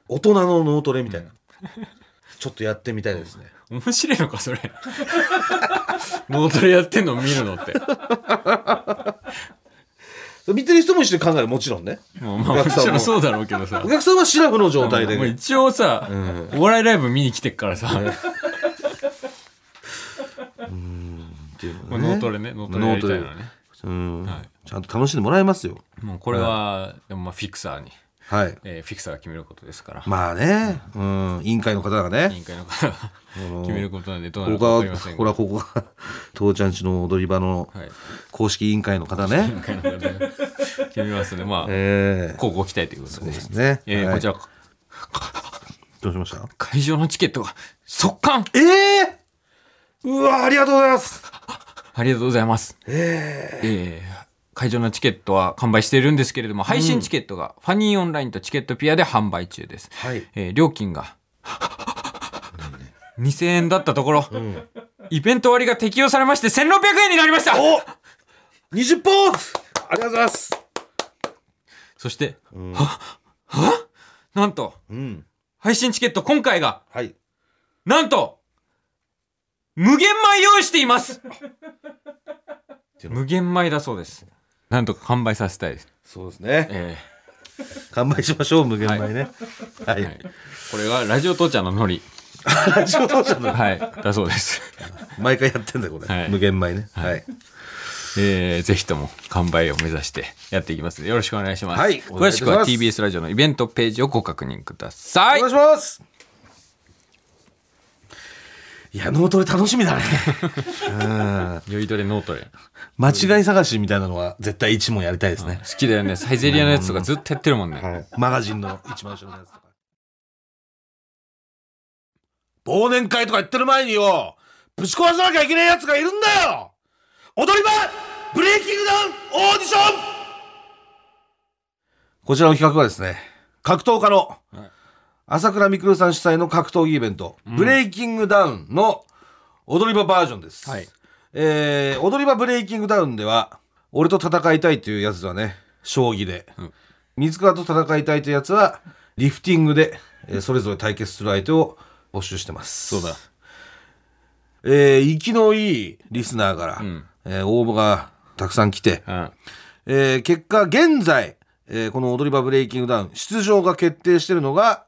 [SPEAKER 3] 大人の脳トレみたいな、 *laughs* ちょっとやってみたいですね
[SPEAKER 2] 面白いのかそれ *laughs* 脳トレやってんの見るのって
[SPEAKER 3] 見てる人も一緒に考えるもちろんね
[SPEAKER 2] もうまあ
[SPEAKER 3] お
[SPEAKER 2] も
[SPEAKER 3] 客さんも
[SPEAKER 2] ちろんそうだろうけどさ
[SPEAKER 3] お客さんはシラフの状態で、
[SPEAKER 2] もう一応さ、
[SPEAKER 3] ん
[SPEAKER 2] お笑いライブ見に来てっからさ、
[SPEAKER 3] っていう
[SPEAKER 2] も
[SPEAKER 3] の
[SPEAKER 2] う
[SPEAKER 3] ね
[SPEAKER 2] 脳トレね脳トレやりたいのね
[SPEAKER 3] うん
[SPEAKER 2] はい
[SPEAKER 3] ちゃんと楽しんでもらえますよ
[SPEAKER 2] もうこれは、でもまあフィクサーに、
[SPEAKER 3] はい
[SPEAKER 2] えーフィクサーが決めることですから、
[SPEAKER 3] まあね、うん、委員会の方が
[SPEAKER 2] 委
[SPEAKER 3] ね、
[SPEAKER 2] 員会の方が決めることなんでどうなる
[SPEAKER 3] ここ
[SPEAKER 2] か分かり
[SPEAKER 3] が、
[SPEAKER 2] ません
[SPEAKER 3] ほら、ここが、父ちゃんちの踊り場の
[SPEAKER 2] はい、
[SPEAKER 3] 公式委員会の方ね。
[SPEAKER 2] 委員会の方が決めますねまあ
[SPEAKER 3] ええ
[SPEAKER 2] こうご期待ということで
[SPEAKER 3] そうですね
[SPEAKER 2] えー
[SPEAKER 3] はい
[SPEAKER 2] こちら
[SPEAKER 3] どうしました
[SPEAKER 2] 会場のチケットが速乾
[SPEAKER 3] ええうわ、ありがとうございます
[SPEAKER 2] ありがとうございます。ええ会場のチケットは完売しているんですけれども、配信チケットがファニーオンラインとチケットピアで販売中です。
[SPEAKER 3] はい
[SPEAKER 2] えー料金が、2000円だったところ、イベント割が適用されまして1600円になりました
[SPEAKER 3] お !20 本ありがとうございます
[SPEAKER 2] そして、ははなんと、
[SPEAKER 3] うん。
[SPEAKER 2] 配信チケット今回が、
[SPEAKER 3] はい。
[SPEAKER 2] なんと、無限米用意しています無限米だそうです。なんとか完売させたいです。
[SPEAKER 3] そうですね。
[SPEAKER 2] えー
[SPEAKER 3] 完売しましょう、無限米ね。はい。
[SPEAKER 2] はい、これがラジオ父ちゃんのノリ、
[SPEAKER 3] ラジオ父ちゃんの
[SPEAKER 2] はい、だそうです、
[SPEAKER 3] *laughs* 毎回やってんだよ、これ。
[SPEAKER 2] はい
[SPEAKER 3] 無限米ね。はい。
[SPEAKER 2] *laughs* えー、ぜひとも完売を目指してやっていきますのでよろしくお願いします、
[SPEAKER 3] はい
[SPEAKER 2] 詳しく
[SPEAKER 3] お願
[SPEAKER 2] はい
[SPEAKER 3] いた
[SPEAKER 2] TBS ラジオのイベントページをご確認ください
[SPEAKER 3] お願いしますいや脳トレ楽しみだね
[SPEAKER 2] 酔いどれ脳トレ好
[SPEAKER 3] 間違い探しみたいなのは絶対一問やりたいですね、
[SPEAKER 2] きだよねサイゼリアのやつとかずっとやってるもんね、
[SPEAKER 3] はいマガジンの一番後ろのやつとか忘年会とか言ってる前によぶち壊さなきゃいけないやつがいるんだよ踊り場ブレイキングダウンオーディションこちらの企画はですね格闘家の
[SPEAKER 2] はい
[SPEAKER 3] 朝倉未来さん主催の格闘技イベント、ブレイキングダウンの踊り場バージョンです、
[SPEAKER 2] はい
[SPEAKER 3] えー踊り場ブレイキングダウンでは俺と戦いたいというやつはね将棋で、
[SPEAKER 2] うん
[SPEAKER 3] 水川と戦いたいというやつはリフティングで、えーそれぞれ対決する相手を募集してます
[SPEAKER 2] そうだ
[SPEAKER 3] えー、息のいいリスナーから、
[SPEAKER 2] ん
[SPEAKER 3] えー応募がたくさん来て、
[SPEAKER 2] うん
[SPEAKER 3] えー結果現在、えーこの「踊り場ブレイキングダウン」出場が決定しているのが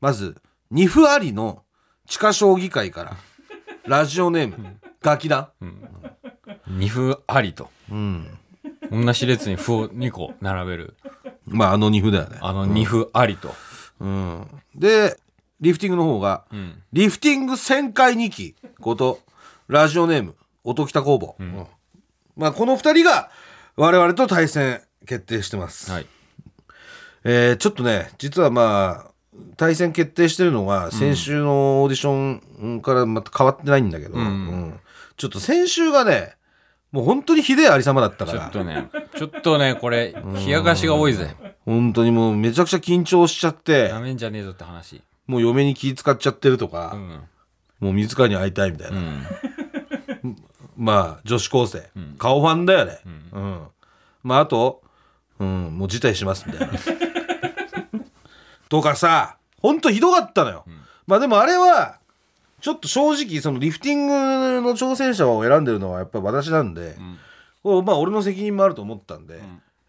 [SPEAKER 3] まず二府ありの地下将棋会からラジオネームガキ団、
[SPEAKER 2] 二歩ありと、同じ列に歩を2個並べる
[SPEAKER 3] まああの二府だよね
[SPEAKER 2] あの二歩ありと、
[SPEAKER 3] うん、でリフティングの方が、
[SPEAKER 2] ん
[SPEAKER 3] リフティング旋回2期ことラジオネーム音北工房、うんまあ、この2人が我々と対戦決定してます、
[SPEAKER 2] はい
[SPEAKER 3] えーちょっとね実はまあ対戦決定してるのは先週のオーディションからまた変わってないんだけど、
[SPEAKER 2] ん
[SPEAKER 3] うんちょっと先週がねもう本当にひでえありさまだったか
[SPEAKER 2] ちょっ
[SPEAKER 3] ら
[SPEAKER 2] とねちょっとねこれ冷やかしが多いぜ
[SPEAKER 3] 本当にもうめちゃくちゃ緊張しちゃって
[SPEAKER 2] なめんじゃねえぞって話
[SPEAKER 3] もう嫁に気使っちゃってるとか、
[SPEAKER 2] うん
[SPEAKER 3] もう水川に会いたいみたいな
[SPEAKER 2] う、ん
[SPEAKER 3] まあ女子高生、顔ファンだよね、うんまああと、うん、もう辞退しますみ *laughs* たいなとかさほんとひどかったのよ、まあでもあれはちょっと正直そのリフティングの挑戦者を選んでるのはやっぱ私なんで、これまあ俺の責任もあると思ったんで、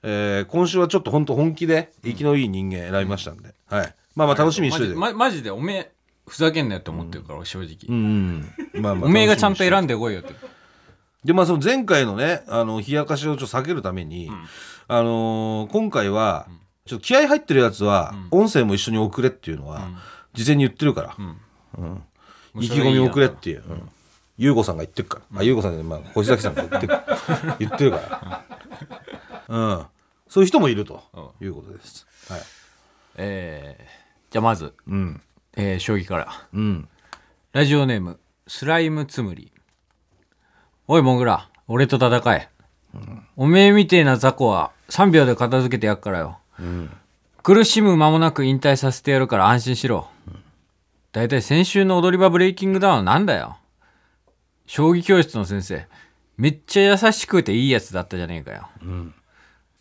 [SPEAKER 3] えー今週はちょっとほんと本気で生きのいい人間選びましたんで、はいまあまあ楽しみにしといて、
[SPEAKER 2] マジマジでおめえふざけんなよって思ってるから、俺正直、
[SPEAKER 3] うんうんまあま
[SPEAKER 2] お
[SPEAKER 3] あ
[SPEAKER 2] めえがちゃんと
[SPEAKER 3] 楽しみにしといて
[SPEAKER 2] 選んでこいよって
[SPEAKER 3] でまあその前回のねあの冷やかしをちょっと避けるために、あのー今回は、ちょっと気合入ってるやつは、音声も一緒に送れっていうのは、事前に言ってるから、うん意気込み送れっていう、うん優子さんが言ってるから、あ優子さんでまあ星崎さんが言ってる *laughs* 言ってるから、うん、そういう人もいるということです、はい、
[SPEAKER 2] えー、じゃあまず、
[SPEAKER 3] うん
[SPEAKER 2] えー将棋から
[SPEAKER 3] うん
[SPEAKER 2] ラジオネームスライムつむりおいモグラ俺と戦え、おめえみてえな雑魚は3秒で片付けてやっからよ、苦しむ間もなく引退させてやるから安心しろ、だいたい先週の踊り場ブレイキングダウンはなんだよ将棋教室の先生めっちゃ優しくていいやつだったじゃねえかよ、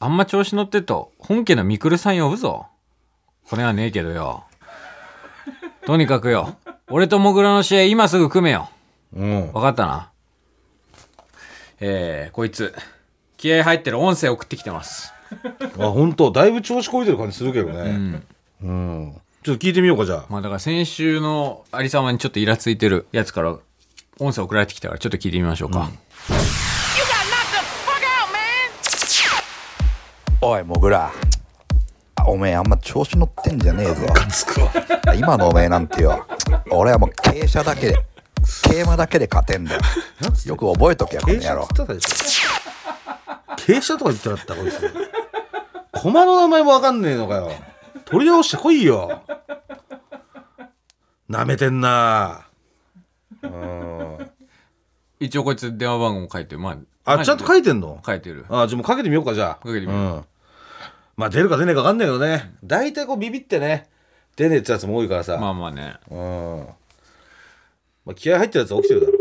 [SPEAKER 2] あんま調子乗ってると本家のみくるさん呼ぶぞこれはねえけどよとにかくよ俺とモグラの試合今すぐ組めよ
[SPEAKER 3] うん。
[SPEAKER 2] 分かったなえー、こいつ気合入ってる音声送ってきてます
[SPEAKER 3] あ、本当だいぶ調子こいてる感じするけどね。うん。ちょっと聞いてみようか、じゃあ。
[SPEAKER 2] まあだから先週の有様にちょっとイラついてるやつから音声送られてきたからちょっと聞いてみましょうか、
[SPEAKER 4] You got knocked the fuck out, man!
[SPEAKER 5] おいモグラあおめえあんま調子乗ってんじゃねえぞ今のおめえなんてよ俺はもう傾斜だけで桂馬だけで勝てんだよよく覚えとけよこの
[SPEAKER 3] 傾
[SPEAKER 5] 野
[SPEAKER 3] 斜っ
[SPEAKER 5] 郎
[SPEAKER 3] つったでしょ。傾斜とか言ってなかった、こいつ。駒の名前もわかんねえのかよ。取り直してこいよ。なめてんな
[SPEAKER 2] 一応こいつ電話番号も書いてるまあ
[SPEAKER 3] あ、ちゃんと書いてんの
[SPEAKER 2] 書いてる
[SPEAKER 3] あ、じゃあもうかけてみようか、じゃあ。
[SPEAKER 2] かけてみよう
[SPEAKER 3] うん。まあ出るか出ねえかわかんないけどね。大体こうビビってね、出ねえってやつも多いからさ。
[SPEAKER 2] まあまあね
[SPEAKER 3] うん。まあ、気合入ってるやつは起きてるだろ。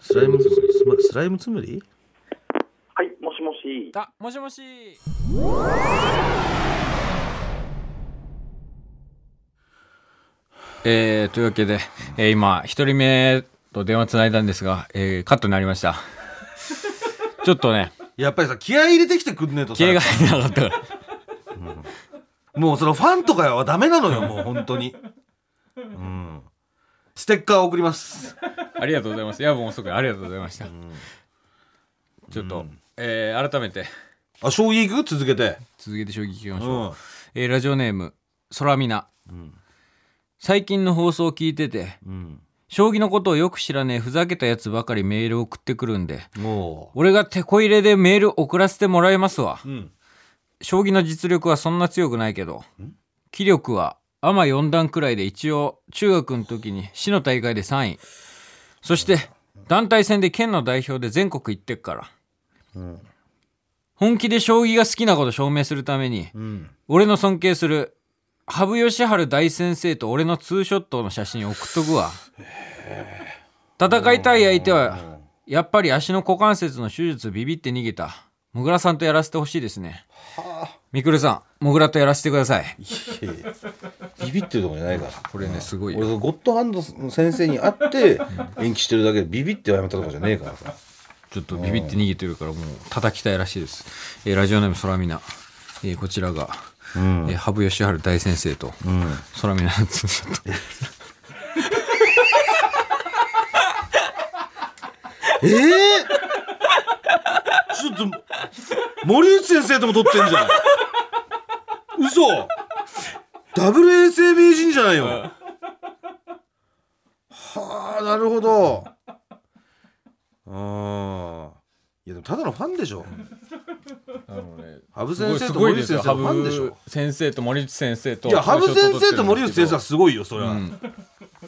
[SPEAKER 3] スライムつむりスマスライムつむり
[SPEAKER 6] はい、もしもし。
[SPEAKER 2] あもしもしえー、というわけで、えー今一人目と電話つないだんですが、えーカットになりましたちょっと *laughs* ね
[SPEAKER 3] やっぱりさ、気合入れてきてくんねえとさ
[SPEAKER 2] 気、合が入らなかったから
[SPEAKER 3] もうそのファンとかはダメな *laughs* のよ、もう本当に。うん。ステッカー送ります。
[SPEAKER 2] *laughs* ありがとうございます夜分遅くにありがとうございました、ちょっと、えー改めて
[SPEAKER 3] あ、将棋行く続けて。
[SPEAKER 2] 続けて将棋聞きまし
[SPEAKER 3] う
[SPEAKER 2] ょう、
[SPEAKER 3] ん。
[SPEAKER 2] えーラジオネーム空みな、最近の放送を聞いてて
[SPEAKER 3] うん。
[SPEAKER 2] 将棋のことをよく知らねえふざけたやつばかりメールを送ってくるんで
[SPEAKER 3] も
[SPEAKER 2] 俺が手こ入れでメール送らせてもらいますわ
[SPEAKER 3] う。うん。
[SPEAKER 2] 将棋の実力はそんな強くないけど棋力はアマ4段くらいで一応中学の時に市の大会で3位そして団体戦で県の代表で全国行ってっから、本気で将棋が好きなこと証明するために、
[SPEAKER 3] うん。
[SPEAKER 2] 俺の尊敬する羽生善治大先生と俺のツーショットの写真送っとくわ戦いたい相手はやっぱり足の股関節の手術ビビって逃げたもぐらさんとやらせてほしいですねみくるさんもぐらとやらせてください
[SPEAKER 3] いやいやビビってるとこじゃないから。
[SPEAKER 2] これねすごい
[SPEAKER 3] 俺、ゴッドハンドの先生に会って延期してるだけでビビってやめたとかじゃねえからさ。
[SPEAKER 2] ちょっとビビって逃げてるからもう叩きたいらしいです、えーラジオネーム空みな、えーこちらが、えー羽生善治大先生と、空みなのツーショット
[SPEAKER 3] ええちょっと森内先生とも撮ってんじゃん嘘ダブル衛生名人じゃないよはあなるほどああいやでもただのファンでしょ羽生先生と森内先生のファンでしょ
[SPEAKER 2] 先生と森内先生と
[SPEAKER 3] いや羽生先生と森内先生はすごいよそれは、うん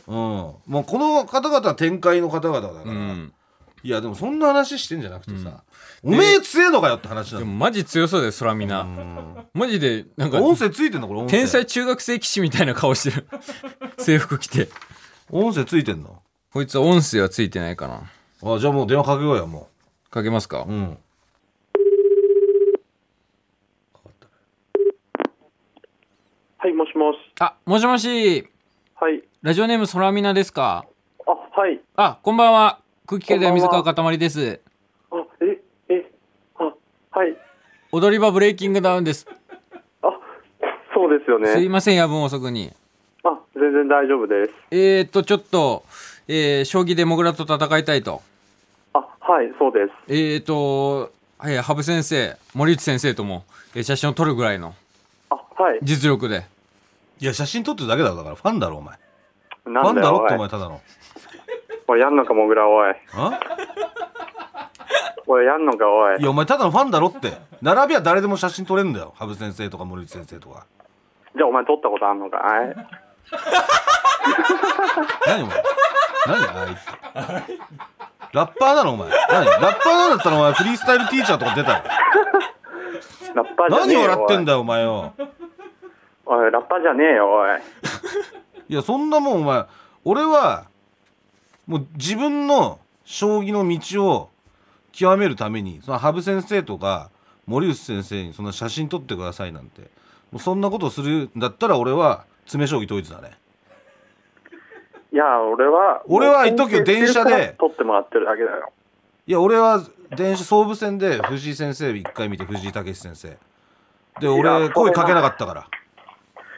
[SPEAKER 3] もうこの方々は展開の方々だから、
[SPEAKER 2] うん
[SPEAKER 3] いやでもそんな話してんじゃなくてさ、おめえ強えのかよって話な
[SPEAKER 2] で
[SPEAKER 3] の
[SPEAKER 2] もマジ強そうだよ空みなマジでなんか
[SPEAKER 3] 音声ついてんのこれ音声
[SPEAKER 2] 天才中学生棋士みたいな顔してる制服着て
[SPEAKER 3] 音声ついてんの
[SPEAKER 2] こいつは音声はついてないかな
[SPEAKER 3] あじゃあもう電話かけようやも
[SPEAKER 2] かけますか、
[SPEAKER 3] ううん
[SPEAKER 6] はい、もしもし。
[SPEAKER 2] あもしもし
[SPEAKER 6] はい。
[SPEAKER 2] ラジオネーム空みなですか
[SPEAKER 6] あ、はい。
[SPEAKER 2] あこんばんは空気階段
[SPEAKER 6] こん
[SPEAKER 2] 水
[SPEAKER 6] ばんは
[SPEAKER 2] 川かたまりです
[SPEAKER 6] あ、え、え、あ、はい。
[SPEAKER 2] 踊り場ブレイキングダウンです
[SPEAKER 6] あ、そうですよ
[SPEAKER 2] すい
[SPEAKER 6] ね。
[SPEAKER 2] ません夜分遅くに
[SPEAKER 6] あ、全然大丈夫です。
[SPEAKER 2] えー、っとちょっと、えー将棋でモグラと戦いたいと
[SPEAKER 6] あ、はい、そうです。
[SPEAKER 2] えー、と、はい、羽生先生、森内先生とも、えー写真を撮るぐらいの
[SPEAKER 6] あ、はい。
[SPEAKER 2] 実力で。
[SPEAKER 3] いや写真撮ってるだけだろだからファンだろお前フ
[SPEAKER 6] な
[SPEAKER 3] ァ
[SPEAKER 6] ん
[SPEAKER 3] ン
[SPEAKER 6] だ
[SPEAKER 3] だ
[SPEAKER 6] よ、
[SPEAKER 3] ろ
[SPEAKER 6] お
[SPEAKER 3] って
[SPEAKER 6] い
[SPEAKER 3] お。前ただの
[SPEAKER 6] おい、やんのか、もぐら、おい。
[SPEAKER 3] あ
[SPEAKER 6] おい、やんのか、おい
[SPEAKER 3] い。やお前ただのファンだろって並びは誰でも写真撮れんだよ羽生先生とか森内先生とか
[SPEAKER 6] じゃあ、お前、撮ったことあんのかい
[SPEAKER 3] 何お前何あいってラッパーなのお前。何ラッパーなんだったらお前フリースタイルティーチャーとか出たの
[SPEAKER 6] ラッパーじゃ
[SPEAKER 3] 何
[SPEAKER 6] ねえよ
[SPEAKER 3] 笑ってん
[SPEAKER 6] だ
[SPEAKER 3] だよお前よ。
[SPEAKER 6] おいおいラッパーじゃねえよおい
[SPEAKER 3] いやそんなもんお前俺はもう自分の将棋の道を極めるためにその羽生先生とか森内先生にそんな写真撮ってくださいなんてもうそんなことするんだったら俺は詰将棋解いてたね
[SPEAKER 6] いや俺は
[SPEAKER 3] 俺は言っとくけど電車で
[SPEAKER 6] 撮ってもらってるだけだよ
[SPEAKER 3] いや俺は電車総武線で藤井先生一回見て藤井武先生で俺声かけなかったから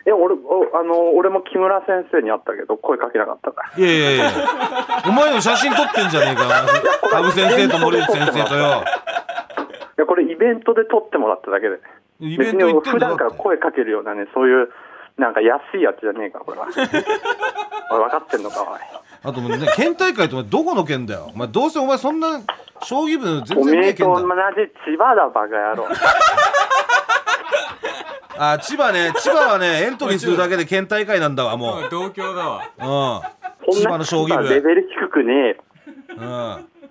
[SPEAKER 6] え俺おあの俺も木村先生に会ったけど声かけなかったから
[SPEAKER 3] いやいやいやお前の写真撮ってんじゃねえか羽生先生と森内先生とよ
[SPEAKER 6] いやこれイベントで撮ってもらっただけで
[SPEAKER 3] イベ
[SPEAKER 6] 別
[SPEAKER 3] ン
[SPEAKER 6] に
[SPEAKER 3] ト行って
[SPEAKER 6] 普
[SPEAKER 3] んだ
[SPEAKER 6] 段から声かけるようなねそういうなんか安いやつじゃねえから
[SPEAKER 3] *laughs*
[SPEAKER 6] これはおい分かってんのかおい
[SPEAKER 3] あともうね、県大会ってお前どこの県だよ。お前どうせお前そんな、将棋部全然
[SPEAKER 6] お
[SPEAKER 3] ね
[SPEAKER 6] め
[SPEAKER 3] え
[SPEAKER 6] えと
[SPEAKER 3] 県
[SPEAKER 6] 同
[SPEAKER 3] だ
[SPEAKER 6] じ
[SPEAKER 3] よ。
[SPEAKER 6] 千葉だバカ野郎
[SPEAKER 3] あ、千葉ね、千葉はね、エントリーするだけで県大会なんだわ、もう。うん。
[SPEAKER 2] 同郷だわ
[SPEAKER 6] そん
[SPEAKER 3] 千
[SPEAKER 6] な
[SPEAKER 3] 葉の将棋部
[SPEAKER 6] レベル低くね
[SPEAKER 3] うん。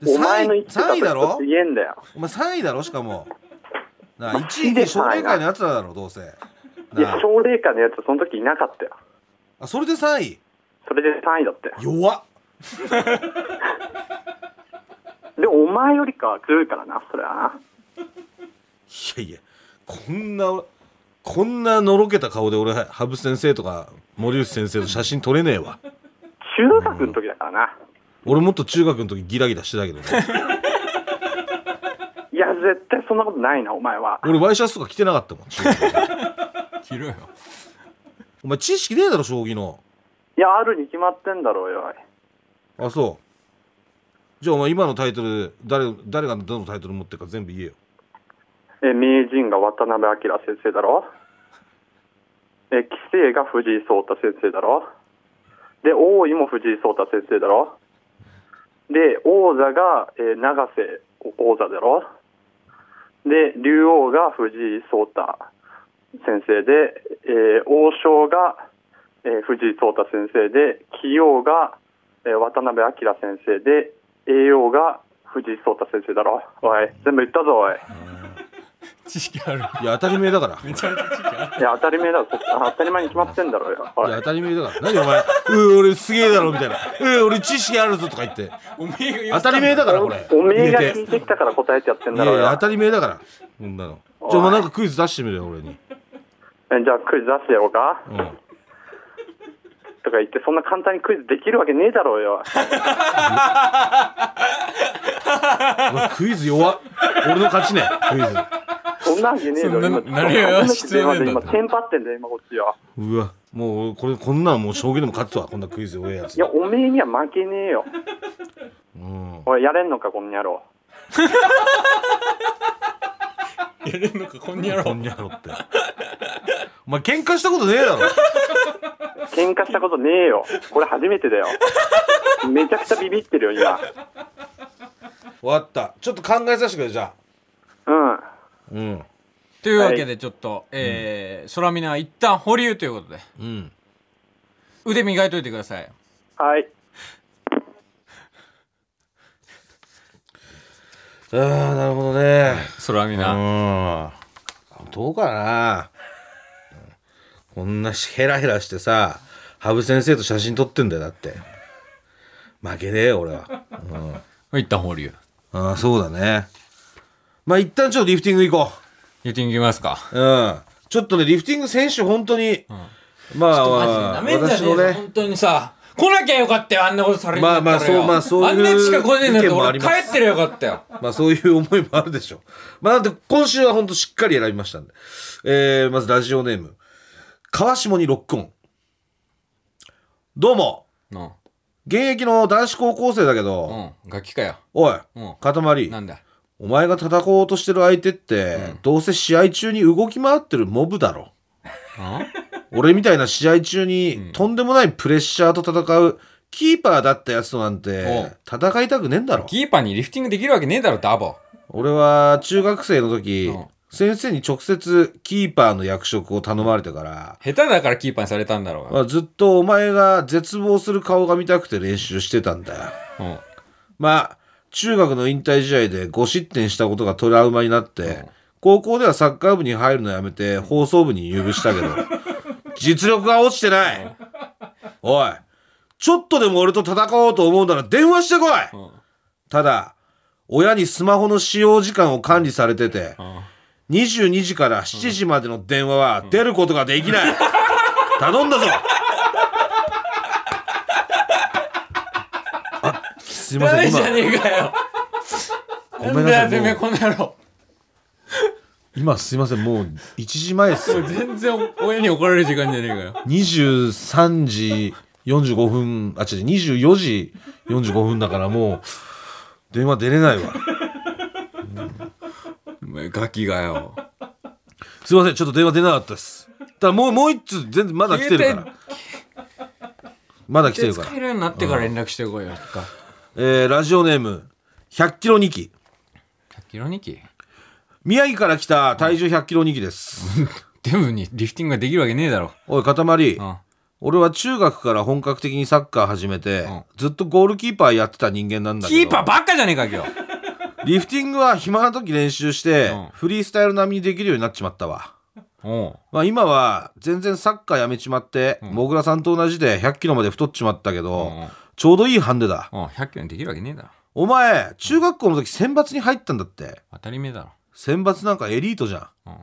[SPEAKER 6] えよお前
[SPEAKER 3] 3
[SPEAKER 6] の言
[SPEAKER 3] 位、
[SPEAKER 6] ってた
[SPEAKER 3] 3位だろ
[SPEAKER 6] と言えんだよ
[SPEAKER 3] お前3位だろしかも。なあ、
[SPEAKER 6] まあ
[SPEAKER 3] 1位に奨励会のやつらだろ、どうせ。
[SPEAKER 6] い
[SPEAKER 3] な
[SPEAKER 6] や
[SPEAKER 3] あ、
[SPEAKER 6] 奨励会のやつその時いなかったよ
[SPEAKER 3] あそれで3位。
[SPEAKER 6] それで3位だったよ
[SPEAKER 3] 弱っ。
[SPEAKER 6] でもお前よりかは強いからなそれはない
[SPEAKER 3] やいや、こんな、こんなのろけた顔で俺、羽生先生とか森内先生と写真撮れねえわ。
[SPEAKER 6] 中学の時だからな
[SPEAKER 3] 俺もっと中学の時ギラギラしてたけどね。
[SPEAKER 6] いや絶対そんなことないなお前は
[SPEAKER 3] 俺ワイシャツとか着てなかったもん
[SPEAKER 2] *laughs* 着ろよ
[SPEAKER 3] お前知識ねえだろ将棋の
[SPEAKER 6] いやあるに決まってんだろうよおい
[SPEAKER 3] あそうじゃあお前今のタイトル誰誰がどのタイトル持ってるか全部言えよ
[SPEAKER 6] え名人が渡辺明先生だろえ棋聖が藤井聡太先生だろで王位も藤井聡太先生だろで王座が、えー永瀬王座だろで竜王が藤井聡太先生で、えー王将が、えー藤井聡太先生で棋王が、えー渡辺明先生で栄王が藤井聡太先生だろおい全部言ったぞおい
[SPEAKER 2] 知識ある
[SPEAKER 3] いや当たり前だから
[SPEAKER 2] *laughs* めちゃめちゃ知識ある
[SPEAKER 6] いや当たり前だろそあ当たり前に決まってんだろうよお
[SPEAKER 3] い
[SPEAKER 6] い
[SPEAKER 3] や当たり前だから何お前「うー俺すげえだろ」みたいな「うー俺知識あるぞ」とか言って
[SPEAKER 2] おめえが言
[SPEAKER 3] 当たり前だからこれ
[SPEAKER 6] おめえが
[SPEAKER 3] 入れて
[SPEAKER 6] 聞いてきたから答えてやってん
[SPEAKER 3] い
[SPEAKER 6] だ
[SPEAKER 3] や
[SPEAKER 6] ろう
[SPEAKER 3] い
[SPEAKER 6] よ
[SPEAKER 3] や当たり前だからこんなのじゃあお前なんかクイズ出してみろよ俺に
[SPEAKER 6] えじゃあクイズ出してやろうか
[SPEAKER 3] うん
[SPEAKER 6] とか言ってそんな簡単にクイズできるわけねえだろうよ
[SPEAKER 3] うわクイズ弱っ俺の勝ちねクイズ
[SPEAKER 6] そんなわけねえだろ
[SPEAKER 2] そんななれは必要ねえんだ
[SPEAKER 6] 今テンパってんだよ今こっちよ
[SPEAKER 3] うわもうこれこんなのもう将棋でも勝つわこんなクイズ弱えやつ
[SPEAKER 6] いやおめえには負けねえよ
[SPEAKER 3] うん
[SPEAKER 6] おいやれんのかこの野郎
[SPEAKER 2] やれんのかこんにや
[SPEAKER 3] こ
[SPEAKER 2] ろ
[SPEAKER 3] んにゃろって。お前喧嘩したことねえだろ。
[SPEAKER 6] 喧嘩したことねえよこれ初めてだよめちゃくちゃビビってるよ今
[SPEAKER 3] 終わった。ちょっと考えさせてくれ、じゃあ。
[SPEAKER 6] うん
[SPEAKER 3] うん。
[SPEAKER 2] というわけでちょっとえー空耳は一旦保留ということで
[SPEAKER 3] うん。
[SPEAKER 2] 腕磨いといてください
[SPEAKER 6] はい
[SPEAKER 3] ああ、なるほどね。
[SPEAKER 2] 空耳な
[SPEAKER 3] うん。どうかな。こんなしヘラヘラしてさ、羽生先生と写真撮ってんだよ、だって。負けねえよ、俺は。
[SPEAKER 2] 一旦保留
[SPEAKER 3] ああ、そうだね。まあ、一旦ちょっとリフティング行こ
[SPEAKER 2] 言っていきますか
[SPEAKER 3] う。うん。ちょっとね、リフティング選手、本当に、まあ、
[SPEAKER 2] マジで舐めんじゃ
[SPEAKER 3] 私
[SPEAKER 2] ねえ
[SPEAKER 3] の
[SPEAKER 2] ぞ、
[SPEAKER 3] ね、
[SPEAKER 2] 本当にさ来なきゃよかったよあんなことされるんだったらよ
[SPEAKER 3] まあまあそうまあそういう
[SPEAKER 2] あんなしか来ねえんだった
[SPEAKER 3] 意見も
[SPEAKER 2] ら
[SPEAKER 3] あ
[SPEAKER 2] 俺
[SPEAKER 3] り
[SPEAKER 2] 帰
[SPEAKER 3] ます
[SPEAKER 2] ってりゃよかったよ
[SPEAKER 3] *laughs* まあそういう思いもあるでしょう。まあなんで今週は本当しっかり選びましたんで。えー、まずラジオネーム。川下にロックオン。どうも。
[SPEAKER 2] うん
[SPEAKER 3] 現役の男子高校生だけ
[SPEAKER 2] う
[SPEAKER 3] ど、
[SPEAKER 2] ん楽器かよ
[SPEAKER 3] おい、
[SPEAKER 2] うん
[SPEAKER 3] 塊
[SPEAKER 2] な。んだ
[SPEAKER 3] お前が叩こうとしてる相手って、どうせ試合中に動き回ってるモブだろ。俺みたいな試合中に、とんでもないプレッシャーと戦う、キーパーだったやつとなん
[SPEAKER 2] お
[SPEAKER 3] て
[SPEAKER 2] う、
[SPEAKER 3] 戦いたくねえんだろ。
[SPEAKER 2] キーパーにリフティングできるわけねえだろダボ
[SPEAKER 3] 俺は中学生の時、
[SPEAKER 2] うん
[SPEAKER 3] 先生に直接キーパーの役職を頼まれてから、
[SPEAKER 2] 下手だからキーパーにされたんだろう
[SPEAKER 3] ま
[SPEAKER 2] が
[SPEAKER 3] あ、ずっとお前が絶望する顔が見たくて練習してたんだよ。
[SPEAKER 2] うん
[SPEAKER 3] まあ、中学の引退試合で5失点したことがトラウマになって、高校ではサッカー部に入るのやめて放送部に入部したけど、実力が落ちてない。おい、ちょっとでも俺と戦おうと思うなら電話してこい、ただ、親にスマホの使用時間を管理されてて、22時から7時までの電話は出ることができない。頼んだぞあすいませ
[SPEAKER 2] 誰
[SPEAKER 3] ん、
[SPEAKER 2] じ
[SPEAKER 3] 今
[SPEAKER 2] ゃ、ねえかよ
[SPEAKER 3] ご
[SPEAKER 2] な
[SPEAKER 3] め
[SPEAKER 2] ん
[SPEAKER 3] ん
[SPEAKER 2] だ
[SPEAKER 3] な
[SPEAKER 2] よ
[SPEAKER 3] さ
[SPEAKER 2] てめえ
[SPEAKER 3] い。もう
[SPEAKER 2] この野郎
[SPEAKER 3] 今すいません、もう1時前で
[SPEAKER 2] *laughs*
[SPEAKER 3] すよ。
[SPEAKER 2] 全然親に怒られる時間じゃねえかよ
[SPEAKER 3] 23時45分、あ、違う、24時45分だからもう、電話出れないわ。
[SPEAKER 2] お前ガキがよ
[SPEAKER 3] すいません、ちょっと電話出なかったです。ただもう、もう一通、全然まだ来てるから。まだ来てるから
[SPEAKER 2] 使。えるようになってから連絡してこいよか
[SPEAKER 3] えーラジオネーム、100キロ2期。
[SPEAKER 2] 100キロ2キ
[SPEAKER 3] 宮城から来た体重100キロ2期です。
[SPEAKER 2] デブにリフティングができるわけねえだろ
[SPEAKER 3] おい、塊
[SPEAKER 2] う。ん
[SPEAKER 3] 俺は中学から本格的にサッカー始めて、
[SPEAKER 2] ん
[SPEAKER 3] ずっとゴールキーパーやってた人間なんだけど。
[SPEAKER 2] キーパーばっかじゃねえか今日
[SPEAKER 3] リフティングは暇な時練習して、
[SPEAKER 2] うん
[SPEAKER 3] フリースタイル並みにできるようになっちまったわ。
[SPEAKER 2] おう
[SPEAKER 3] まあ今は全然サッカーやめちまって、もぐらさんと同じで100キロまで太っちまったけど、
[SPEAKER 2] うんうん
[SPEAKER 3] ちょうどいいハンデだ。
[SPEAKER 2] おう100キロにできるわけねえだろ
[SPEAKER 3] お前、中学校の時選抜に入ったんだって。
[SPEAKER 2] 当たり前だろ
[SPEAKER 3] 選抜なんかエリートじゃん。
[SPEAKER 2] うん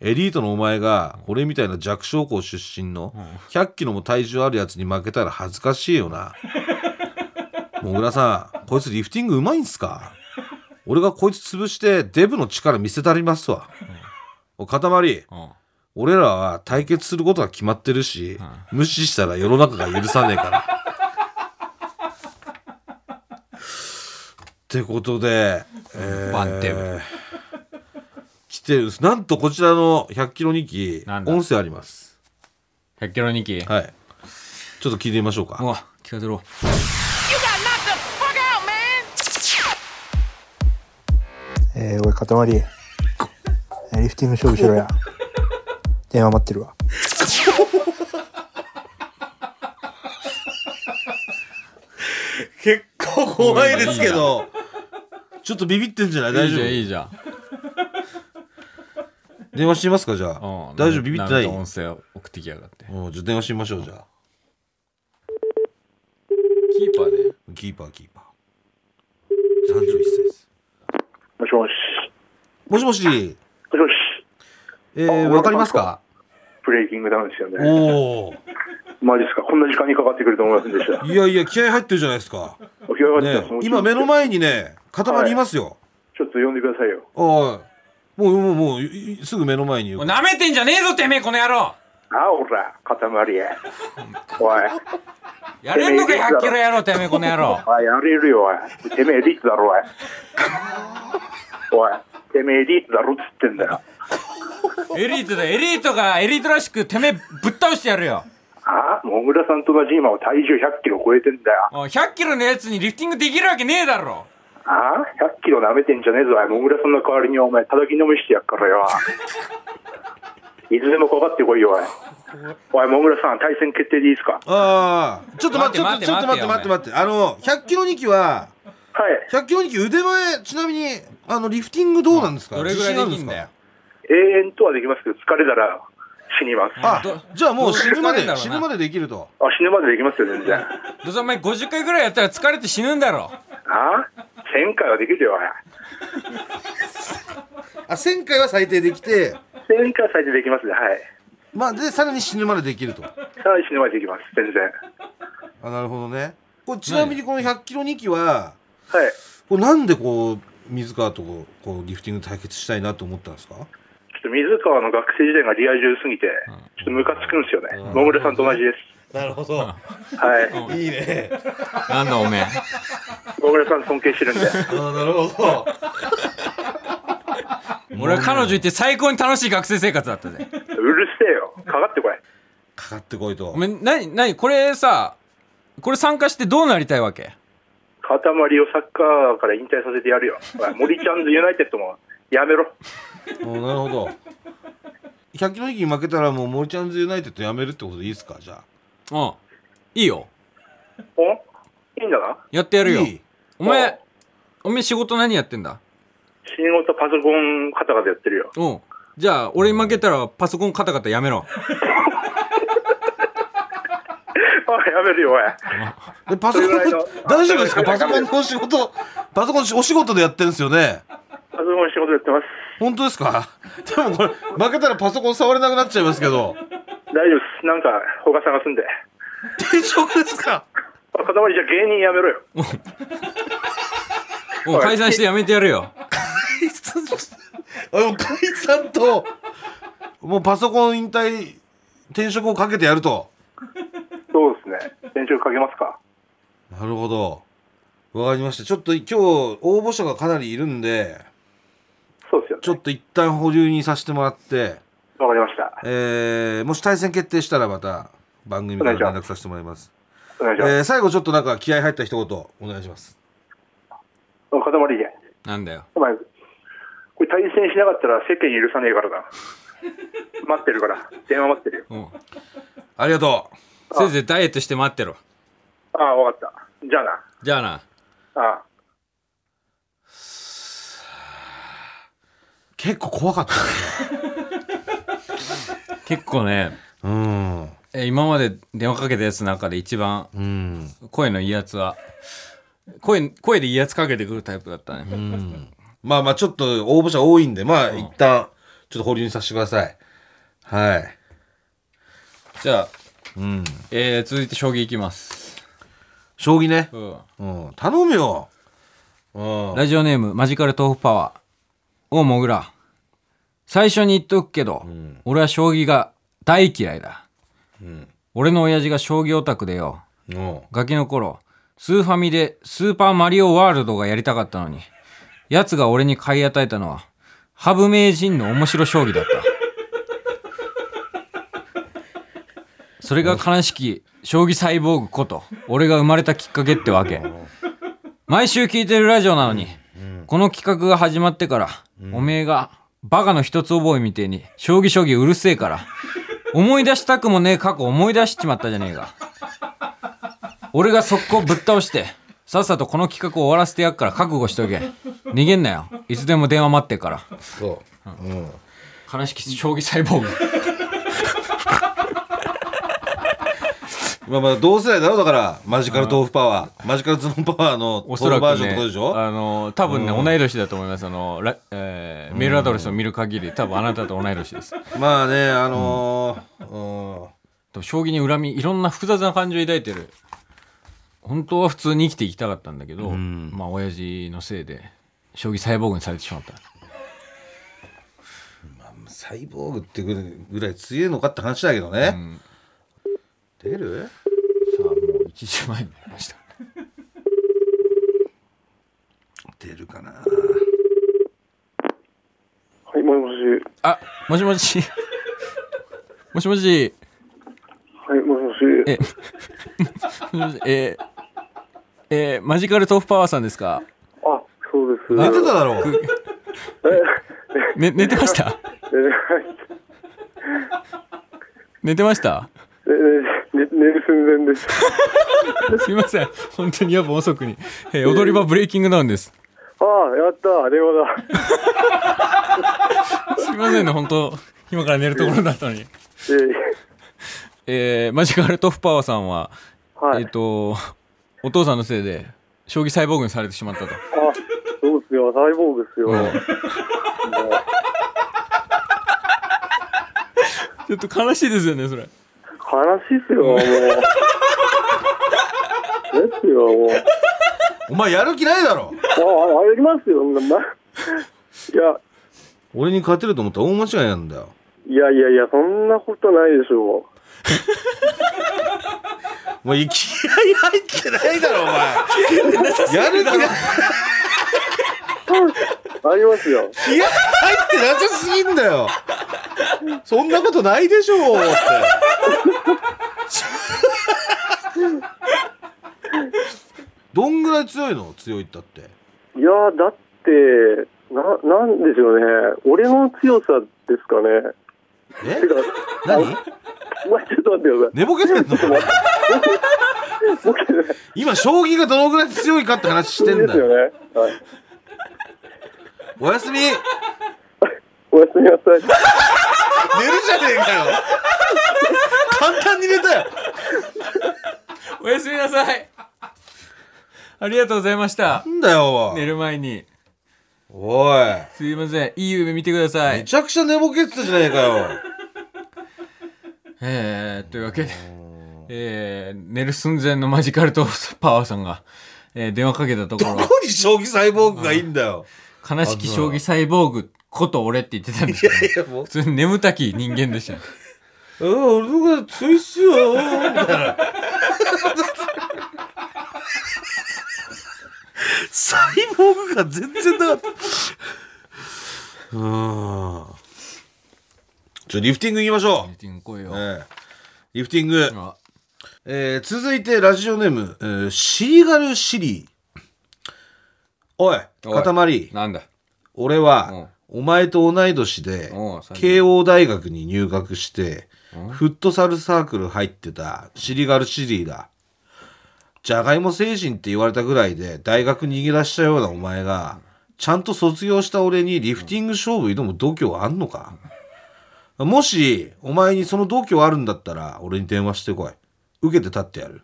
[SPEAKER 3] エリートのお前が、俺みたいな弱小校出身の100キロも体重あるやつに負けたら恥ずかしいよな。 *laughs* もぐらさん、こいつリフティングうまいんすか俺がこいつ潰してデブの力見せたりますわ。お塊、
[SPEAKER 2] おう
[SPEAKER 3] 俺らは対決することが決まってるし、無視したら世の中が許さねえから。ってことで、え
[SPEAKER 2] バンテ
[SPEAKER 3] ー、来てるんです。なんとこちらの100キロ2期
[SPEAKER 2] なん、だ
[SPEAKER 3] 音声あります。
[SPEAKER 2] 100キロ2キ
[SPEAKER 3] はい。ちょっと聞いてみましょうか。
[SPEAKER 2] うわ聞かせ
[SPEAKER 4] You
[SPEAKER 2] ろ
[SPEAKER 4] got knocked the fuck out, man!
[SPEAKER 7] えー、おい、塊。えーリフティング勝負しろや。電話待ってるわ。
[SPEAKER 3] 結構怖いですけど、 *laughs* ちょっとビビってんじゃない
[SPEAKER 2] い
[SPEAKER 3] 大
[SPEAKER 2] い
[SPEAKER 3] 丈
[SPEAKER 2] じゃんい
[SPEAKER 3] 夫
[SPEAKER 2] いじゃん
[SPEAKER 3] 電話してみますかじゃあ
[SPEAKER 2] うん。
[SPEAKER 3] 大丈夫ビビってない
[SPEAKER 2] んか音声送ってきやがって
[SPEAKER 3] うんじゃあ電話してみましょう、じゃあ。
[SPEAKER 2] キーパーで
[SPEAKER 3] キーパー、キーパー。31歳です。
[SPEAKER 6] もしもし。
[SPEAKER 3] もしもし、
[SPEAKER 6] もしもし。
[SPEAKER 3] えー、わかりますか
[SPEAKER 6] ブレイキングダウンですよね。
[SPEAKER 3] おお。
[SPEAKER 6] マジですか。こんな時間にかかってくると思いませんでした。
[SPEAKER 3] いやいや、気合入ってるじゃないですか。
[SPEAKER 6] 起き上がって
[SPEAKER 3] ね
[SPEAKER 6] た、
[SPEAKER 3] 今目の。前にね、塊いますよ。
[SPEAKER 6] ちょっと呼んでくださいよ。
[SPEAKER 3] おい。もう、もう、もうい、いすぐ目の前にいる
[SPEAKER 2] おいなめてんじゃねえぞてめえこの野郎
[SPEAKER 6] あおら、塊や。おい。
[SPEAKER 2] やれんのか100キロ野郎てめえこの野郎
[SPEAKER 6] おい、やれるよ、おい。てめえリーチだろ、おい。おい、てめえリーチだろっつってんだよ。
[SPEAKER 2] エリートだエリートがエリートらしくてめえぶっ倒してやるよ
[SPEAKER 6] あもぐらさんと同じ今は体重100キロ超えてんだよ。
[SPEAKER 2] おい100キロのやつにリフティングできるわけねえだろ
[SPEAKER 6] あ100キロ舐めてんじゃねえぞ、おい。もぐらさんの代わりにお前、叩きのめしてやっからよ。いつでもかかってこいよ、おい。おい、もぐらさん、対戦決定でいいですか
[SPEAKER 3] ああ、ちょっと待って、
[SPEAKER 2] 待って
[SPEAKER 3] ちょっと
[SPEAKER 2] 待
[SPEAKER 3] 待
[SPEAKER 2] っ
[SPEAKER 3] ってて、待って、待って。あの、100キロ2期は、
[SPEAKER 6] はい。
[SPEAKER 3] 100キロ2期腕前、ちなみに、あの、リフティングどうなんですか
[SPEAKER 2] どれぐらいできん
[SPEAKER 3] 自信
[SPEAKER 2] だ
[SPEAKER 3] ある
[SPEAKER 2] よ
[SPEAKER 3] んですか
[SPEAKER 6] 永遠とはできますけど、疲れたら死にます。あ、
[SPEAKER 3] あじゃあもう死ぬま
[SPEAKER 2] どう疲れ
[SPEAKER 3] で、
[SPEAKER 2] るんだろう
[SPEAKER 3] 死
[SPEAKER 2] な
[SPEAKER 3] ぬまでできると。
[SPEAKER 6] 死ぬまでできますよ、全然。 *laughs* あ
[SPEAKER 2] どうせお前50回ぐらいやったら疲れて死ぬんだろ
[SPEAKER 6] ?1000 回はできるよ、おい。
[SPEAKER 3] あ、1000回は最低できて、
[SPEAKER 6] 1000回は最低できますね、はい。
[SPEAKER 3] まあ、で、さらに死ぬまでできると。
[SPEAKER 6] さらに死ぬまでできます、全然。
[SPEAKER 3] あ、なるほどね。これちなみにこの100キロ2期は、
[SPEAKER 6] はい。
[SPEAKER 3] これなんでこう水川とこうこうリフティング対決したいなと思ったんですか
[SPEAKER 6] ちょっと水川の学生時代がリア充すぎて、ちょっとムカつくんですよね。野村さんと同じです。
[SPEAKER 3] なるほど
[SPEAKER 6] はい。
[SPEAKER 3] いいね
[SPEAKER 2] なんだおめえ
[SPEAKER 6] 野村さん尊敬してるんで。
[SPEAKER 3] あなるほ
[SPEAKER 2] 俺は彼女いて最高に楽しい学生生活だったぜ
[SPEAKER 6] うるせえよ。かかってこい。
[SPEAKER 3] どかかってこいと
[SPEAKER 2] お前なになにこれさこれ参加してどうなりたいわけ
[SPEAKER 6] 塊をサッカーから引退させてやるよ。おい森ちゃんズユナイテッドもやめろ。
[SPEAKER 3] おなるほど100キロ2期に負けたらもう森ちゃんズユナイテッドやめるってことでいいですかじゃ
[SPEAKER 2] うんいいよ
[SPEAKER 6] おいいんだな。
[SPEAKER 2] やってや
[SPEAKER 3] あ
[SPEAKER 2] るよ
[SPEAKER 3] いい
[SPEAKER 2] お前おめえ仕事何やってんだ
[SPEAKER 6] 仕事パソコンカタカタやってるよ。 *laughs*
[SPEAKER 2] おうじゃあ俺に負けたらパソコンカタカタやめろ
[SPEAKER 6] おい、やめるよ、おい。
[SPEAKER 3] でパソコン
[SPEAKER 6] それぐらいの
[SPEAKER 3] 大丈夫ですかパソコンのお仕事パソコンのお仕事でやってるんですよね
[SPEAKER 6] パソコン仕事やってます。
[SPEAKER 3] 本当ですか *laughs* でもこれ負けたらパソコン触れなくなっちゃいますけど
[SPEAKER 6] 大丈夫です。なんか、他探すんで。
[SPEAKER 3] 大丈夫ですか
[SPEAKER 6] あ塊じゃあ芸人やめろよ。
[SPEAKER 2] おう解散してやめてやる *laughs* よ
[SPEAKER 3] 解散あでも解散ともうパソコン引退転職をかけてやると
[SPEAKER 6] そうですね。転職かけますか。
[SPEAKER 3] なるほどわかりましたちょっと今日応募者がかなりいるんで
[SPEAKER 6] そうですよ、
[SPEAKER 3] ちょ
[SPEAKER 6] ね。
[SPEAKER 3] っと一旦保留にさせてもらって
[SPEAKER 6] わかりました。
[SPEAKER 3] えーもし対戦決定したらまた番組から連絡させてもらいます
[SPEAKER 6] お願いします。
[SPEAKER 3] えー最後ちょっとなんか気合入った一言お願いします
[SPEAKER 6] お塊じゃん。
[SPEAKER 2] なんだよ
[SPEAKER 6] お前、これ対戦しなかったら世間許さねえからな。待ってるから。電話待ってるよ。
[SPEAKER 2] おう
[SPEAKER 3] ありがとう
[SPEAKER 2] せいぜいダイエットして待ってろ
[SPEAKER 6] ああ、わかった。じゃあな。
[SPEAKER 2] じゃあな
[SPEAKER 6] ああ。
[SPEAKER 3] 結構怖かった
[SPEAKER 2] 結構ね
[SPEAKER 3] うん
[SPEAKER 2] え今まで電話かけたやつの中で一番
[SPEAKER 3] うん
[SPEAKER 2] 声のいいやつは声声でいいやつかけてくるタイプだったね、
[SPEAKER 3] まあまあちょっと応募者多いんでまあ一旦ちょっと保留にさせてくださいはい
[SPEAKER 2] じゃあ、
[SPEAKER 3] うん
[SPEAKER 2] えー続いて将棋いきます、
[SPEAKER 3] 将棋ね、
[SPEAKER 2] うん
[SPEAKER 3] うん、頼むようん
[SPEAKER 2] ラジオネームマジカル豆腐パワーおうもぐら最初に言っとくけど、
[SPEAKER 3] ん
[SPEAKER 2] 俺は将棋が大嫌いだ、俺の親父が将棋オタクでよ
[SPEAKER 3] うん
[SPEAKER 2] ガキの頃スーファミでスーパーマリオワールドがやりたかったのに奴が俺に買い与えたのは羽生名人の面白将棋だったそれが悲しき将棋サイボーグこと俺が生まれたきっかけってわけ毎週聞いてるラジオなのに、この企画が始まってから、おめえがバカの一つ覚えみてえに将棋将棋うるせえから思い出したくもねえ過去思い出しちまったじゃねえか俺が速攻ぶっ倒してさっさとこの企画を終わらせてやっから覚悟しとけ逃げんなよいつでも電話待ってっから
[SPEAKER 3] そう、うん、
[SPEAKER 2] 悲しき将棋サイ
[SPEAKER 3] *laughs*
[SPEAKER 2] ボーグ
[SPEAKER 3] まあまあ同世代だろだからマジカル豆腐パワーマジカルズボンパワーの
[SPEAKER 2] お
[SPEAKER 3] ソ
[SPEAKER 2] そ
[SPEAKER 3] ロ
[SPEAKER 2] らく
[SPEAKER 3] バージョンって
[SPEAKER 2] ね
[SPEAKER 3] ことでしょ
[SPEAKER 2] あの多分ね同い年だと思いますあのら、えーメールアドレスを見る限り多分あなたと同い年です
[SPEAKER 3] まあねあのーうん
[SPEAKER 2] 多分将棋に恨みいろんな複雑な感情を抱いてる本当は普通に生きていきたかったんだけど、まあ親父のせいで将棋サイボーグにされてしまった
[SPEAKER 3] サイボーグってぐらい強いのかって話だけどね、出る
[SPEAKER 2] さあもう1時前になりました
[SPEAKER 3] 出るかな
[SPEAKER 6] はい、もしもし。
[SPEAKER 2] あもしもし *laughs* もしもし
[SPEAKER 6] はい、もしもし。
[SPEAKER 2] え、もしもしえーえーマジカル豆腐パワーさんですか
[SPEAKER 6] あ、そうです。
[SPEAKER 3] 寝てただろう
[SPEAKER 2] ね、寝てました
[SPEAKER 6] えはい。
[SPEAKER 2] 寝てました
[SPEAKER 6] ええね寝る寸前です。
[SPEAKER 2] すいません。本当に夜分遅くに。えー踊り場ブレイキングダウンです。
[SPEAKER 6] ああ、やった、電話だ。
[SPEAKER 2] すいませんね、本当今から寝るところだったのに。
[SPEAKER 6] え
[SPEAKER 2] えーマジカル豆腐パワーさんは、
[SPEAKER 6] はい。
[SPEAKER 2] えっ、と、お父さんのせいで、将棋サイボーグにされてしまったと。
[SPEAKER 6] あ、そうですよ、サイボーグですよ。
[SPEAKER 2] *laughs* ちょっと悲しいですよね、それ。
[SPEAKER 6] 悲しいっすよ、もう。ですよ、もう。
[SPEAKER 3] お前やる気ないだろ
[SPEAKER 6] あ、あ、やりますよ、そんな。まいや、
[SPEAKER 3] 俺に勝てると思ったら大間違いなんだよ
[SPEAKER 6] いやいやいや、そんなことないでしょ
[SPEAKER 3] *laughs* お前気合入ってないだろお *laughs* 前やる気な
[SPEAKER 6] う。ありますよ。
[SPEAKER 3] 気合入ってなさすぎんだよそんなことないでしょうってどんぐらい強いの強いったって
[SPEAKER 6] いや、だって、な、なんでしょうね。俺の強さですかね。
[SPEAKER 3] え
[SPEAKER 6] てか、
[SPEAKER 3] 何
[SPEAKER 6] お前ちょっと待ってください。
[SPEAKER 3] 寝ぼけてんの今、将棋がどのぐらい強いかって話してん
[SPEAKER 6] です
[SPEAKER 3] だ
[SPEAKER 6] よ
[SPEAKER 3] よ。
[SPEAKER 6] ね。はい。
[SPEAKER 3] おやすみ寝る
[SPEAKER 6] おやすみなさい。
[SPEAKER 3] じゃねえかよ簡単に寝たよ
[SPEAKER 2] おやすみなさい。ありがとうございました。
[SPEAKER 3] なんだよ、
[SPEAKER 2] 寝る前に。
[SPEAKER 3] おい。
[SPEAKER 2] すいません。いい夢見てくださ
[SPEAKER 3] め
[SPEAKER 2] い。
[SPEAKER 3] ちゃくちゃ寝ぼけてたじゃねえかよ。
[SPEAKER 2] えー、というわけで、えー、寝る寸前のマジカルとパワーさんが、えー、電話かけたとこ
[SPEAKER 3] ど
[SPEAKER 2] ろ、
[SPEAKER 3] こに将棋サイボーグがいいんだよ。
[SPEAKER 2] 悲しき将棋サイボーグこと俺って言ってたんですけど、
[SPEAKER 3] いや、もう
[SPEAKER 2] 普、通に眠たき人間でした、ね。
[SPEAKER 3] うん、俺の方が強いっすよ。みたいな。サイボーグが全然なかった。うん。ちょ、リフティング行きましょ。
[SPEAKER 2] ミーティング来いうよ。
[SPEAKER 3] ええリフティング。
[SPEAKER 2] あ
[SPEAKER 3] えー続いてラジオネーム、えーシリガルシリー。おい、
[SPEAKER 2] おい
[SPEAKER 3] 塊。
[SPEAKER 2] なんだ。
[SPEAKER 3] 俺は、お前と同い年で
[SPEAKER 2] おう最、高
[SPEAKER 3] 慶応大学に入学して、フットサルサークル入ってたシリガルシリーだ。じゃがいも星人って言われたぐらいで大学逃げ出したようなお前が、ちゃんと卒業した俺にリフティング勝負挑む度胸あんのかもし、お前にその度胸あるんだったら、俺に電話してこい。受けて立ってやる。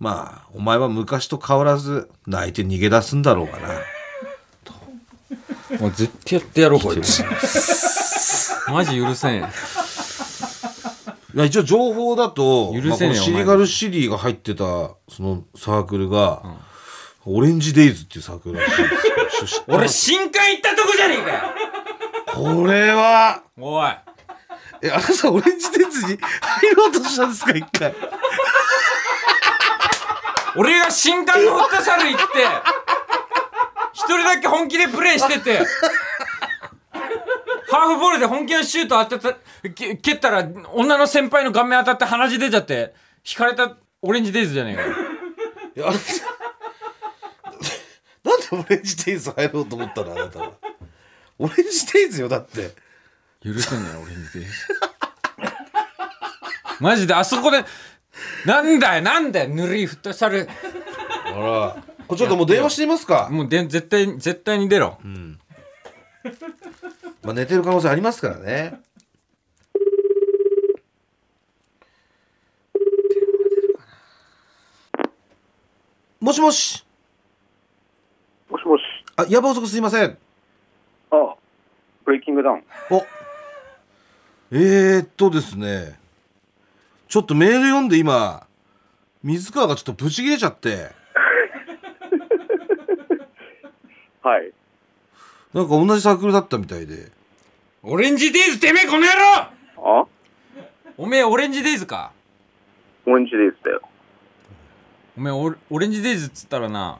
[SPEAKER 3] まあ、お前は昔と変わらず、泣いて逃げ出すんだろうかな。
[SPEAKER 2] もう絶対やってやろう、これ。 *laughs* マジ許せん。
[SPEAKER 3] いや一応情報だと、
[SPEAKER 2] 許せねえ
[SPEAKER 3] まあこ
[SPEAKER 2] お
[SPEAKER 3] の
[SPEAKER 2] 前
[SPEAKER 3] シリガルシリーが入ってたそのサークルが、オレンジデイズっていうサークルらしいんですよ
[SPEAKER 2] *laughs* 俺、深海行ったとこじゃねえかよ
[SPEAKER 3] *laughs* これは
[SPEAKER 2] おい。
[SPEAKER 3] えあなたオレンジデイズに入ろうとしたんですか一回
[SPEAKER 2] 俺が新刊のフットサル行って、一人だけ本気でプレーしてて、ハーフボールで本気のシュート当てた、け蹴ったら、女の先輩の顔面当たって鼻血出ちゃって、引かれたオレンジデイズじゃねえかよ。
[SPEAKER 3] いやあなた *laughs* なんでオレンジデイズ入ろうと思ったのあなたはオレンジデイズよだって
[SPEAKER 2] 許せないオレンジデイズ。マジで、あそこで、なんだよ、なんだよ、ぬるいフットサル。
[SPEAKER 3] あらこれちょっともう電話してみますか、
[SPEAKER 2] もうで、絶対、絶対に出ろ。
[SPEAKER 3] まあ、寝てる可能性ありますからねもしもし
[SPEAKER 6] もしもし。
[SPEAKER 3] あ、夜分遅くすいません。
[SPEAKER 6] あ、ブレイキングダウン。
[SPEAKER 3] お。えー、っとですね。ちょっとメール読んで今、水川がちょっとブチ切れちゃって、
[SPEAKER 6] はい。
[SPEAKER 3] なんか同じサークルだったみたいで。
[SPEAKER 2] オレンジデイズ、てめえ、この野郎
[SPEAKER 6] あ
[SPEAKER 2] おめえ、オレンジデイズか。
[SPEAKER 6] オレンジデイズだよ。
[SPEAKER 2] おめえオレオレンジデイズっつったらな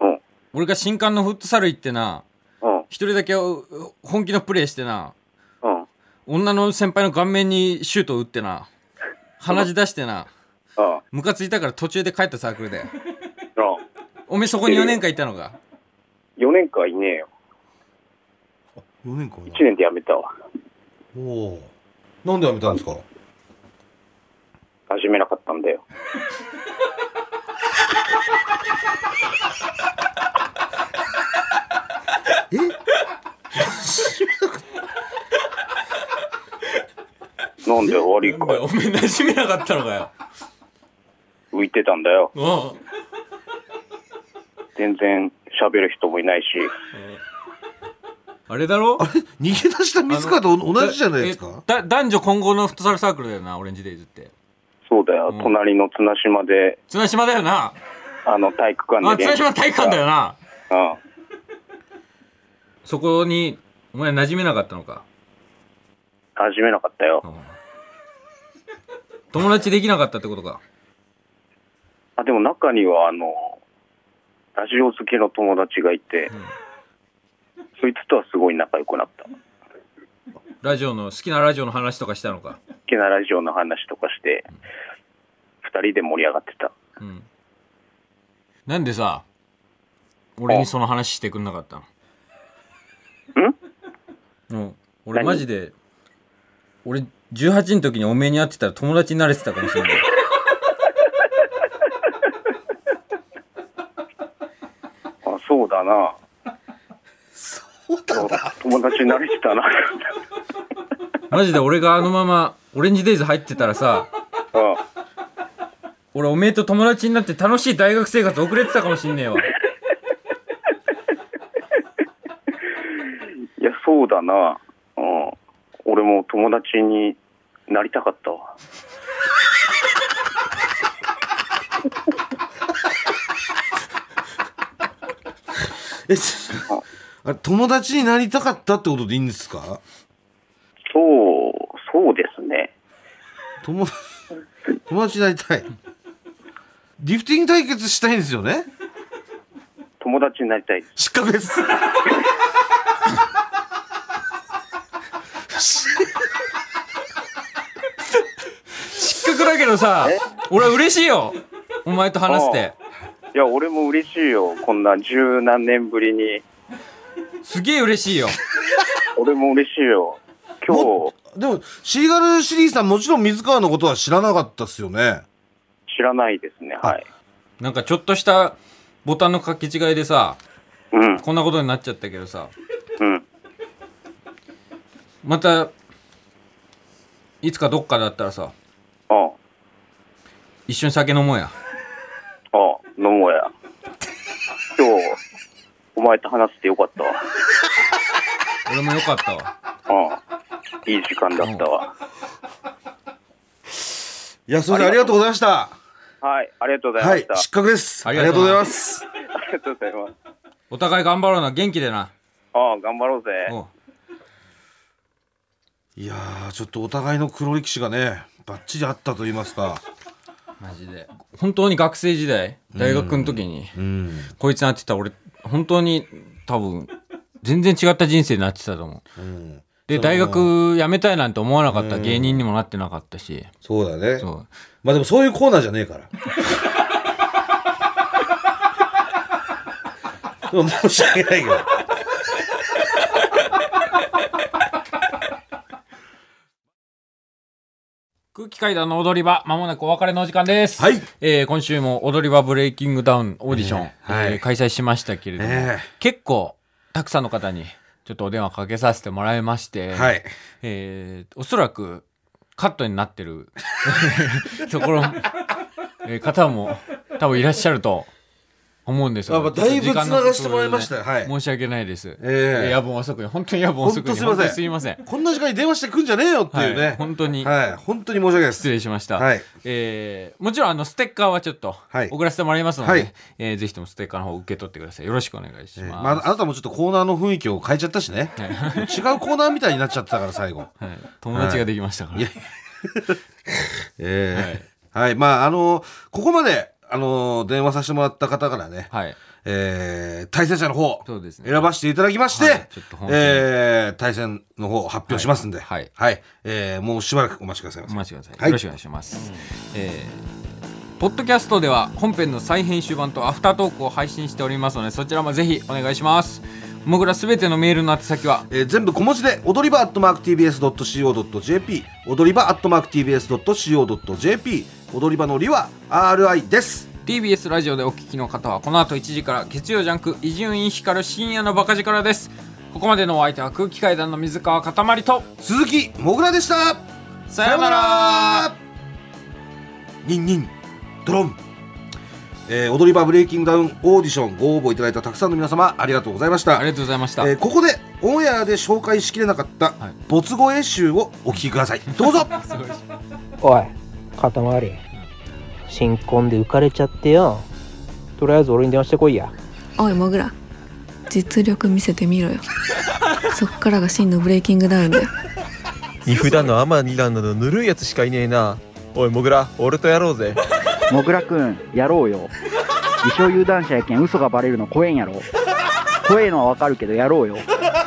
[SPEAKER 6] うん。
[SPEAKER 2] 俺が新刊のフットサル行ってな
[SPEAKER 6] うん。
[SPEAKER 2] 一人だけおお本気のプレーしてな
[SPEAKER 6] うん。
[SPEAKER 2] 女の先輩の顔面にシュートを打ってな鼻血出してな
[SPEAKER 6] あ
[SPEAKER 2] ムカついたから途中で帰ったサークルで
[SPEAKER 6] あ。
[SPEAKER 2] おめえそ
[SPEAKER 3] *laughs*
[SPEAKER 2] こに4年間いたのか
[SPEAKER 6] 4年間いねえよ。
[SPEAKER 3] 4年間な
[SPEAKER 6] 1。年で辞めたわ。
[SPEAKER 3] おお。なんで辞めたんですか
[SPEAKER 6] 始めなかったんだよ。
[SPEAKER 2] *laughs*
[SPEAKER 6] えなんで悪いか
[SPEAKER 2] おめえ馴染めなかったのか *laughs* よ
[SPEAKER 6] 浮いてたんだよ。
[SPEAKER 2] お
[SPEAKER 6] 全然喋る人もいないし。
[SPEAKER 2] あれだろ
[SPEAKER 3] あれ逃げ出した水川と同じじゃないですか
[SPEAKER 2] だだ男女混合のフットサルサークルだよなオレンジデイズって
[SPEAKER 6] そうだよ。
[SPEAKER 2] うん
[SPEAKER 6] 隣の綱島で、
[SPEAKER 2] 綱島だよな
[SPEAKER 6] あの、体育館
[SPEAKER 2] あ
[SPEAKER 6] で
[SPEAKER 2] 綱島体育館だよ
[SPEAKER 6] な。
[SPEAKER 2] な
[SPEAKER 6] あ
[SPEAKER 2] そこにお前馴染めなかったのか
[SPEAKER 6] あ始めなかったよ。
[SPEAKER 2] 友達できなかったってことか
[SPEAKER 6] あ、でも中には、あの、ラジオ好きの友達がいて、そいつとはすごい仲良くなった。好
[SPEAKER 2] ラジオの好きなラジオの話とかしたのか、
[SPEAKER 6] きなラジオの話とかして、二人で盛り上がってた。
[SPEAKER 2] うん、なんでさ俺にその話してくんなかったのんうん俺
[SPEAKER 6] 何
[SPEAKER 2] マジで俺18の時におめえに会ってたら友達になれてたかもしれない
[SPEAKER 8] だな。友達になりきたな。
[SPEAKER 2] マジで俺があのままオレンジデイズ入ってたらさ
[SPEAKER 8] うん。
[SPEAKER 2] 俺おめえと友達になって楽しい大学生活遅れてたかもしんねえわ
[SPEAKER 8] いや、そうだな。うん。俺も友達になりたかったわ。
[SPEAKER 3] えちょ *laughs* あれ友達になりたかったってことでいいんですか
[SPEAKER 8] そう、そうですね。
[SPEAKER 3] 友友達になりたいリフティング対決したいんですよね
[SPEAKER 8] 友達になりたい。
[SPEAKER 3] 失格です
[SPEAKER 2] 失格だけどさ俺は嬉しいよお前と話せて
[SPEAKER 8] いや、俺も嬉しいよ。こんな十何年ぶりに。
[SPEAKER 2] すげえ嬉しいよ
[SPEAKER 8] 俺も嬉しいよ。今日
[SPEAKER 3] も、でもシーガルシリーズさんもちろん水川のことは知らなかったっすよね
[SPEAKER 8] 知らないですね。はい。
[SPEAKER 2] なんかちょっとしたボタンの掛け違いでさ
[SPEAKER 8] うん、
[SPEAKER 2] こんなことになっちゃったけどさ
[SPEAKER 8] うん。
[SPEAKER 2] またいつかどっかだったらさ
[SPEAKER 8] ああ、
[SPEAKER 2] 一緒に酒飲もうや
[SPEAKER 8] ああ、飲もうや。今日、お前と話せてよかったわ。
[SPEAKER 2] 俺もよかったわ
[SPEAKER 8] ああ、いい時間だったわ。
[SPEAKER 3] いやそれでありがとうございました
[SPEAKER 8] はい、ありがとうござい
[SPEAKER 3] は
[SPEAKER 8] ま
[SPEAKER 3] い
[SPEAKER 8] した。
[SPEAKER 3] 失格です
[SPEAKER 2] あ
[SPEAKER 3] あ
[SPEAKER 2] り
[SPEAKER 3] り
[SPEAKER 2] が
[SPEAKER 3] が
[SPEAKER 2] と
[SPEAKER 3] と
[SPEAKER 2] う
[SPEAKER 3] う
[SPEAKER 2] ございま
[SPEAKER 3] ございます
[SPEAKER 8] ありがとうございます。
[SPEAKER 2] お互い頑張ろうな元気でな
[SPEAKER 8] ああ、頑張ろうぜ。
[SPEAKER 2] おう
[SPEAKER 3] いやーちょっとお互いの黒歴史がねバッチリあったと言いますか
[SPEAKER 2] マジで本当に学生時代大学の時に
[SPEAKER 3] うん
[SPEAKER 2] こいつなってた俺本当に多分全然違った人生になってたと思う
[SPEAKER 3] うん
[SPEAKER 2] で大学辞めたいなんて思わなかった芸人にもなってなかったし
[SPEAKER 3] そうだね
[SPEAKER 2] そう
[SPEAKER 3] まあでもそういうコーナーじゃね
[SPEAKER 2] *laughs*
[SPEAKER 3] えから。でも申し訳ないけど。
[SPEAKER 2] 空気階段の踊り場まもなくお別れのお時間です、
[SPEAKER 3] はい
[SPEAKER 2] えー今週も踊り場ブレイキングダウンオーディション、
[SPEAKER 3] えーはい
[SPEAKER 2] えー開催しましたけれども、
[SPEAKER 3] え
[SPEAKER 2] 結構たくさんの方にちょっとお電話かけさせてもらいまして、
[SPEAKER 3] えはい。
[SPEAKER 2] えーおそらくカットになって
[SPEAKER 3] *laughs*
[SPEAKER 2] るところ、えー方も多分いらっしゃると思うんです
[SPEAKER 3] やっぱだいぶ
[SPEAKER 2] ちょっと時間の都合でね
[SPEAKER 3] 繋がしてもらいましたよはい
[SPEAKER 2] 申し訳ないです、
[SPEAKER 3] ええ
[SPEAKER 2] 夜分遅くに本当に夜分遅くに
[SPEAKER 3] 本当すいません
[SPEAKER 2] 本当にすいません
[SPEAKER 3] こんな時間に電話してくんじゃねえよっていう
[SPEAKER 2] はい
[SPEAKER 3] ね。
[SPEAKER 2] 本当に
[SPEAKER 3] はい。本当に申し訳ないです。
[SPEAKER 2] 失礼しました、
[SPEAKER 3] はい
[SPEAKER 2] えーもちろんあのステッカーはちょっと
[SPEAKER 3] はい
[SPEAKER 2] 送らせてもらいますので、
[SPEAKER 3] はい
[SPEAKER 2] えーぜひともステッカーの方受け取ってくださいよろしくお願いし
[SPEAKER 3] ええ
[SPEAKER 2] ます、
[SPEAKER 3] まあ、あなたもちょっとコーナーの雰囲気を変えちゃったしね。違うコーナーみたいになっちゃってたから最後。
[SPEAKER 2] はい、友達ができましたから、
[SPEAKER 3] いやええはい。まあ、あのここまで、あの電話させてもらった方からね、
[SPEAKER 2] はい
[SPEAKER 3] えー、対戦者の方、
[SPEAKER 2] そうですね
[SPEAKER 3] 選ばせていただきまして、
[SPEAKER 2] はいちょっと本当に
[SPEAKER 3] えー、対戦の方発表しますんで、
[SPEAKER 2] はいはい
[SPEAKER 3] えーもうしばらくお待ちくださいま
[SPEAKER 2] お
[SPEAKER 3] せ。
[SPEAKER 2] 待ちください、
[SPEAKER 3] はい
[SPEAKER 2] よろしくお願いします、えーポッドキャストでは本編の再編集版とアフタートークを配信しておりますのでそちらもぜひお願いしますもぐらすべてのメールの宛先は
[SPEAKER 3] えー全部小文字で踊り場 atmarktbs.co.jp 踊り場 atmarktbs.co.jp 踊り場のりは RI です。
[SPEAKER 2] TBS ラジオでお聞きの方はこの後1時から月曜ジャンク伊集院光る深夜のバカ力ですここまでのお相手は空気階段の水川かたまりと
[SPEAKER 3] 鈴木もぐらでした
[SPEAKER 2] さようなら
[SPEAKER 3] ニンニンドロン、えー踊り場ブレイキングダウンオーディションご応募いただいたたくさんの皆様ありがとうございました
[SPEAKER 2] ありがとうございました、
[SPEAKER 3] えーここでオンエアで紹介しきれなかった
[SPEAKER 2] はい
[SPEAKER 3] 没後絵集をお聞きくださいど
[SPEAKER 2] *laughs*
[SPEAKER 3] うぞ
[SPEAKER 9] おい肩回り新婚で浮かれちゃってよとりあえず俺に電話してこいや
[SPEAKER 10] おいもぐら実力見せてみろよそっからが真のブレイキングダウンだよ
[SPEAKER 11] 二段のアマ二段などぬるいやつしかいねえなおいもぐら俺とやろうぜ
[SPEAKER 9] もぐらくんやろうよ自称有段者やけん嘘がバレるの怖えんやろ怖えのはわかるけどやろうよ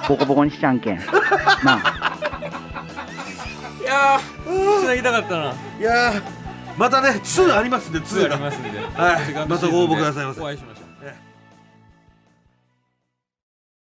[SPEAKER 9] ボコボコにしちゃんけんなあ
[SPEAKER 2] いやーつなぎたかったない
[SPEAKER 3] やーまたね2ありますんで2が
[SPEAKER 2] んで
[SPEAKER 3] はいまたご応募くださいませ
[SPEAKER 2] お会いしましょう
[SPEAKER 3] ええ